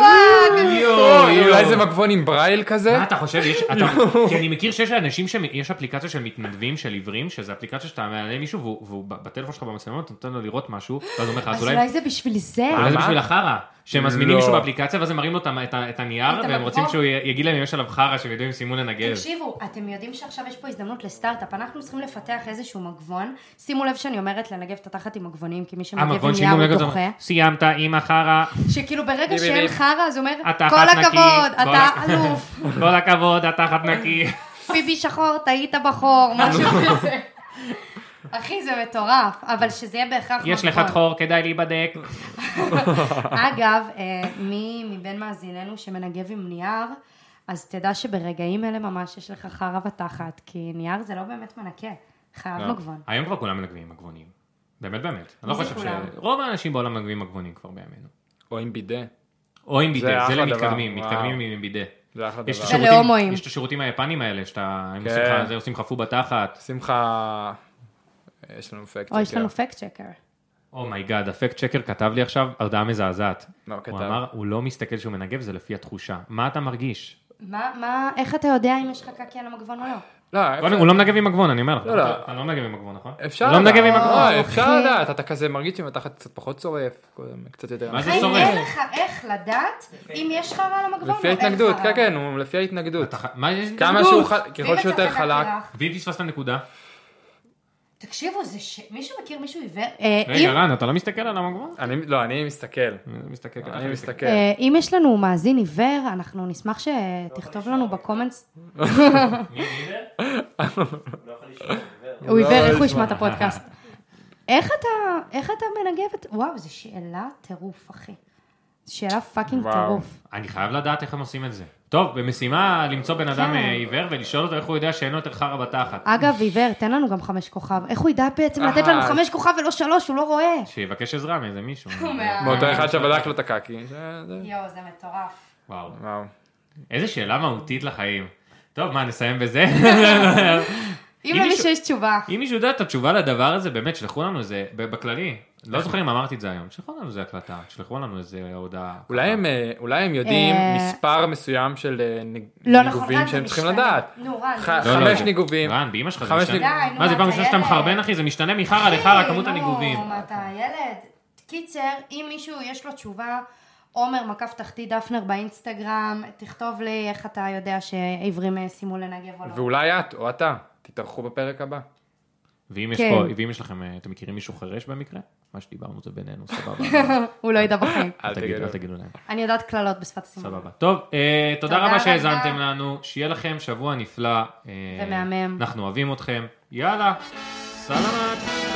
[SPEAKER 1] יואו!
[SPEAKER 2] אוי, אולי
[SPEAKER 1] יואו.
[SPEAKER 2] זה מגבון עם ברייל כזה?
[SPEAKER 1] מה אתה חושב? יש, אתה,
[SPEAKER 2] לא.
[SPEAKER 1] כי אני מכיר שיש אנשים שיש אפליקציה של מתנדבים, של עיוורים, שזה אפליקציה שאתה מעלה מישהו והוא, והוא ב- בטלפון שלך במצלמות, אתה נותן לו לראות משהו, ואז הוא אומר לך, אז
[SPEAKER 3] אז
[SPEAKER 1] אולי...
[SPEAKER 3] אולי זה בשביל זה.
[SPEAKER 1] אולי זה
[SPEAKER 2] מה?
[SPEAKER 1] בשביל החרא, שהם מזמינים
[SPEAKER 2] לא.
[SPEAKER 1] מישהו באפליקציה ואז הם מראים לו את ה- את ה- את הנייר
[SPEAKER 3] את
[SPEAKER 1] והם
[SPEAKER 3] המבוא.
[SPEAKER 1] רוצים שהוא י- יגיד להם אם יש עליו חרא שהם ידעו אם סיימו לנגב.
[SPEAKER 3] תקשיבו, אתם יודעים שעכשיו יש פה הזדמנות לסטארט-אפ, אנחנו צריכים לפתח איזשהו מגבון. שימו לב שאני אומרת לנגב את התחת עם מגבונים, כי מי שמגב עם
[SPEAKER 1] המגבון
[SPEAKER 3] נייר
[SPEAKER 1] שאם הוא נגד
[SPEAKER 3] הוא
[SPEAKER 1] זה,
[SPEAKER 3] דוחה.
[SPEAKER 1] סיימת עם החרא,
[SPEAKER 3] שכאילו ברגע
[SPEAKER 2] דיב,
[SPEAKER 3] שאין
[SPEAKER 2] דיב.
[SPEAKER 3] חרא, אז הוא אומר,
[SPEAKER 1] אתה
[SPEAKER 3] כל
[SPEAKER 1] אחת נקי,
[SPEAKER 3] הכבוד,
[SPEAKER 1] כל
[SPEAKER 3] אתה
[SPEAKER 1] הכ-
[SPEAKER 3] אלוף,
[SPEAKER 1] כל הכבוד, התחת נקי.
[SPEAKER 3] ביבי שחור, טעית בחור, משהו כזה. אחי, זה מטורף, אבל שזה יהיה בהכרח
[SPEAKER 1] יש לך
[SPEAKER 3] מגבון.
[SPEAKER 1] דחור, כדאי להיבדק.
[SPEAKER 3] אגב, אה, מי מבין מאזיננו שמנגב עם נייר, אז תדע שברגעים אלה ממש יש לך חרא בתחת, כי נייר זה לא באמת מנקה, חייב
[SPEAKER 2] לא.
[SPEAKER 3] מגבון.
[SPEAKER 1] היום כבר כולם מנגבים עם מגבונים. באמת, באמת. אני לא
[SPEAKER 3] נכון. מי זה
[SPEAKER 1] חושב ש...
[SPEAKER 3] כולם?
[SPEAKER 1] רוב האנשים בעולם מנגבים עם מגבונים כבר בימינו.
[SPEAKER 2] או עם בידה.
[SPEAKER 1] או עם בידה, זה
[SPEAKER 2] אחלה
[SPEAKER 1] למתקדמים,
[SPEAKER 2] דבר,
[SPEAKER 1] מתקדמים עם בידה.
[SPEAKER 2] זה אחלה
[SPEAKER 1] יש את
[SPEAKER 2] דבר.
[SPEAKER 3] ש-
[SPEAKER 1] השירותים-
[SPEAKER 3] ולהומואים.
[SPEAKER 1] יש את השירותים היפנים האלה, שאתה, הם
[SPEAKER 2] כן.
[SPEAKER 1] עושים לך- זה, עושים לך פו בתחת.
[SPEAKER 2] שמחה... יש לנו פקט. כאילו.
[SPEAKER 3] או, יש לנו פקט צ'קר.
[SPEAKER 1] Oh אומייגאד, הפקט צ'קר כתב לי עכשיו הודעה מזעזעת.
[SPEAKER 2] מה הוא
[SPEAKER 1] הוא
[SPEAKER 2] כתב?
[SPEAKER 1] אמר, הוא לא מסתכל שהוא מנגב, זה לפי התחושה. מה אתה מרגיש?
[SPEAKER 3] מה, מה, איך אתה יודע אם יש לך קקי על המגבון או לא?
[SPEAKER 2] לא,
[SPEAKER 1] קודם, הוא לא מנגב עם מגבון, אני אומר לך.
[SPEAKER 2] לא, לא.
[SPEAKER 1] אתה- אתה לא מנגב עם מגבון, נכון?
[SPEAKER 2] אפשר
[SPEAKER 1] אתה לא מנגב עם
[SPEAKER 2] לדעת.
[SPEAKER 1] מגבון.
[SPEAKER 2] לא, אפשר
[SPEAKER 3] אוקיי.
[SPEAKER 2] לדעת, אתה כזה מרגיש שאם התחת קצת פחות צורף, קצת יותר...
[SPEAKER 1] מה זה
[SPEAKER 3] האם
[SPEAKER 1] שורף?
[SPEAKER 3] אין לך איך לדעת אם יש חרא על המגבון או לא?
[SPEAKER 2] לפי
[SPEAKER 3] אין
[SPEAKER 2] ההתנגדות,
[SPEAKER 3] חרא?
[SPEAKER 2] כן, כן, הוא לפי ההתנגדות.
[SPEAKER 1] אתה ח- מה יש
[SPEAKER 2] כמה שהוא
[SPEAKER 1] התנגדות?
[SPEAKER 2] חלק, ככל
[SPEAKER 3] ואם
[SPEAKER 2] שהוא
[SPEAKER 3] אתה
[SPEAKER 2] יותר
[SPEAKER 3] חלק
[SPEAKER 2] חלק.
[SPEAKER 3] לך?
[SPEAKER 1] ואם פספסת נקודה?
[SPEAKER 3] תקשיבו, זה ש... מישהו מכיר מישהו עיוור? אה,
[SPEAKER 1] רגע,
[SPEAKER 3] אם-
[SPEAKER 1] רן, אתה לא מסתכל על המגבון?
[SPEAKER 2] אני, לא, אני מסתכל.
[SPEAKER 1] אה, אני מסתכל ככה.
[SPEAKER 2] אני מסתכל.
[SPEAKER 3] אה, אם יש לנו מאזין עיוור, אנחנו נשמח שתכתוב לנו בקומנס. הוא
[SPEAKER 2] לא,
[SPEAKER 3] עיוור, איך הוא ישמע את הפודקאסט? איך אתה, איך אתה מנגב את... וואו, זו שאלה טירוף, אחי. שאלה פאקינג
[SPEAKER 2] וואו.
[SPEAKER 3] טירוף.
[SPEAKER 1] אני חייב לדעת איך הם עושים את זה. טוב, במשימה למצוא בן אדם
[SPEAKER 3] כן.
[SPEAKER 1] אה, עיוור ולשאול אותו איך הוא יודע שאין לו יותר חרא בתחת.
[SPEAKER 3] אגב, עיוור, תן לנו גם חמש כוכב. איך הוא ידע בעצם לתת לנו
[SPEAKER 2] אה.
[SPEAKER 3] חמש כוכב ולא שלוש, הוא לא רואה.
[SPEAKER 1] שיבקש עזרה מאיזה מישהו.
[SPEAKER 3] מה-
[SPEAKER 2] באותו אחד שבדק לו את הקקי. זה- זה-
[SPEAKER 3] יואו, זה מטורף.
[SPEAKER 1] וואו.
[SPEAKER 2] וואו.
[SPEAKER 1] איזה שאלה מהותית לחיים. טוב, מה, נסיים בזה?
[SPEAKER 3] אם
[SPEAKER 1] אם
[SPEAKER 3] למישהו
[SPEAKER 1] מישהו-
[SPEAKER 3] יש תשובה.
[SPEAKER 1] אם מישהו יודע את התשובה לדבר הזה, באמת, שלחו לנו איזה, ב- בכללי, לא זוכר אם אמרתי את זה היום, שלחו לנו איזה הקלטה, שלחו לנו איזה הודעה.
[SPEAKER 2] אולי הם, אה, אולי הם יודעים
[SPEAKER 3] אה,
[SPEAKER 2] מספר מסוים של אה, נג-
[SPEAKER 3] לא נכון,
[SPEAKER 2] ניגובים
[SPEAKER 3] רן, זה
[SPEAKER 2] שהם צריכים
[SPEAKER 3] משתנה.
[SPEAKER 2] לדעת.
[SPEAKER 3] נו, רן, זה
[SPEAKER 2] ח-
[SPEAKER 3] משתנה.
[SPEAKER 1] לא, לא,
[SPEAKER 2] חמש
[SPEAKER 1] זה-
[SPEAKER 2] ניגובים.
[SPEAKER 1] רן, באימא שלך זה
[SPEAKER 2] חמש
[SPEAKER 1] משתנה.
[SPEAKER 3] ניג- די,
[SPEAKER 1] מה,
[SPEAKER 3] נו,
[SPEAKER 1] זה פעם
[SPEAKER 3] אתה
[SPEAKER 1] ראשונה שאתה
[SPEAKER 3] ילד.
[SPEAKER 1] מחרבן, אחי? זה משתנה מחרא לחרא,
[SPEAKER 3] אחי,
[SPEAKER 1] כמות
[SPEAKER 3] נו,
[SPEAKER 1] הניגובים.
[SPEAKER 3] מה אתה ילד? קיצר, אם מישהו יש לו תשובה, עומר מקף תחתית דפנר באינסטגרם, תכתוב לי איך אתה יודע שעברים אה, סיימו לנגב או לא.
[SPEAKER 2] ואולי את או אתה תתארחו בפרק הבא.
[SPEAKER 1] ואם, יש
[SPEAKER 3] כן.
[SPEAKER 1] פה, ואם יש לכם, אה, אתם מכירים מישהו חירש במקרה? מה שדיברנו זה בינינו, סבבה.
[SPEAKER 3] הוא לא ידע בחיים.
[SPEAKER 1] אל תגידו,
[SPEAKER 2] תגידו.
[SPEAKER 1] אל תגידו להם.
[SPEAKER 3] אני יודעת קללות בשפת הסימנים.
[SPEAKER 1] סבבה. טוב, אה, תודה
[SPEAKER 3] תודה
[SPEAKER 1] רבה
[SPEAKER 3] רבה.
[SPEAKER 1] שהאזנתם לנו, שיהיה לכם שבוע נפלא. אה,
[SPEAKER 3] ומהמם.
[SPEAKER 1] אנחנו אוהבים אתכם. יאללה, סלמת.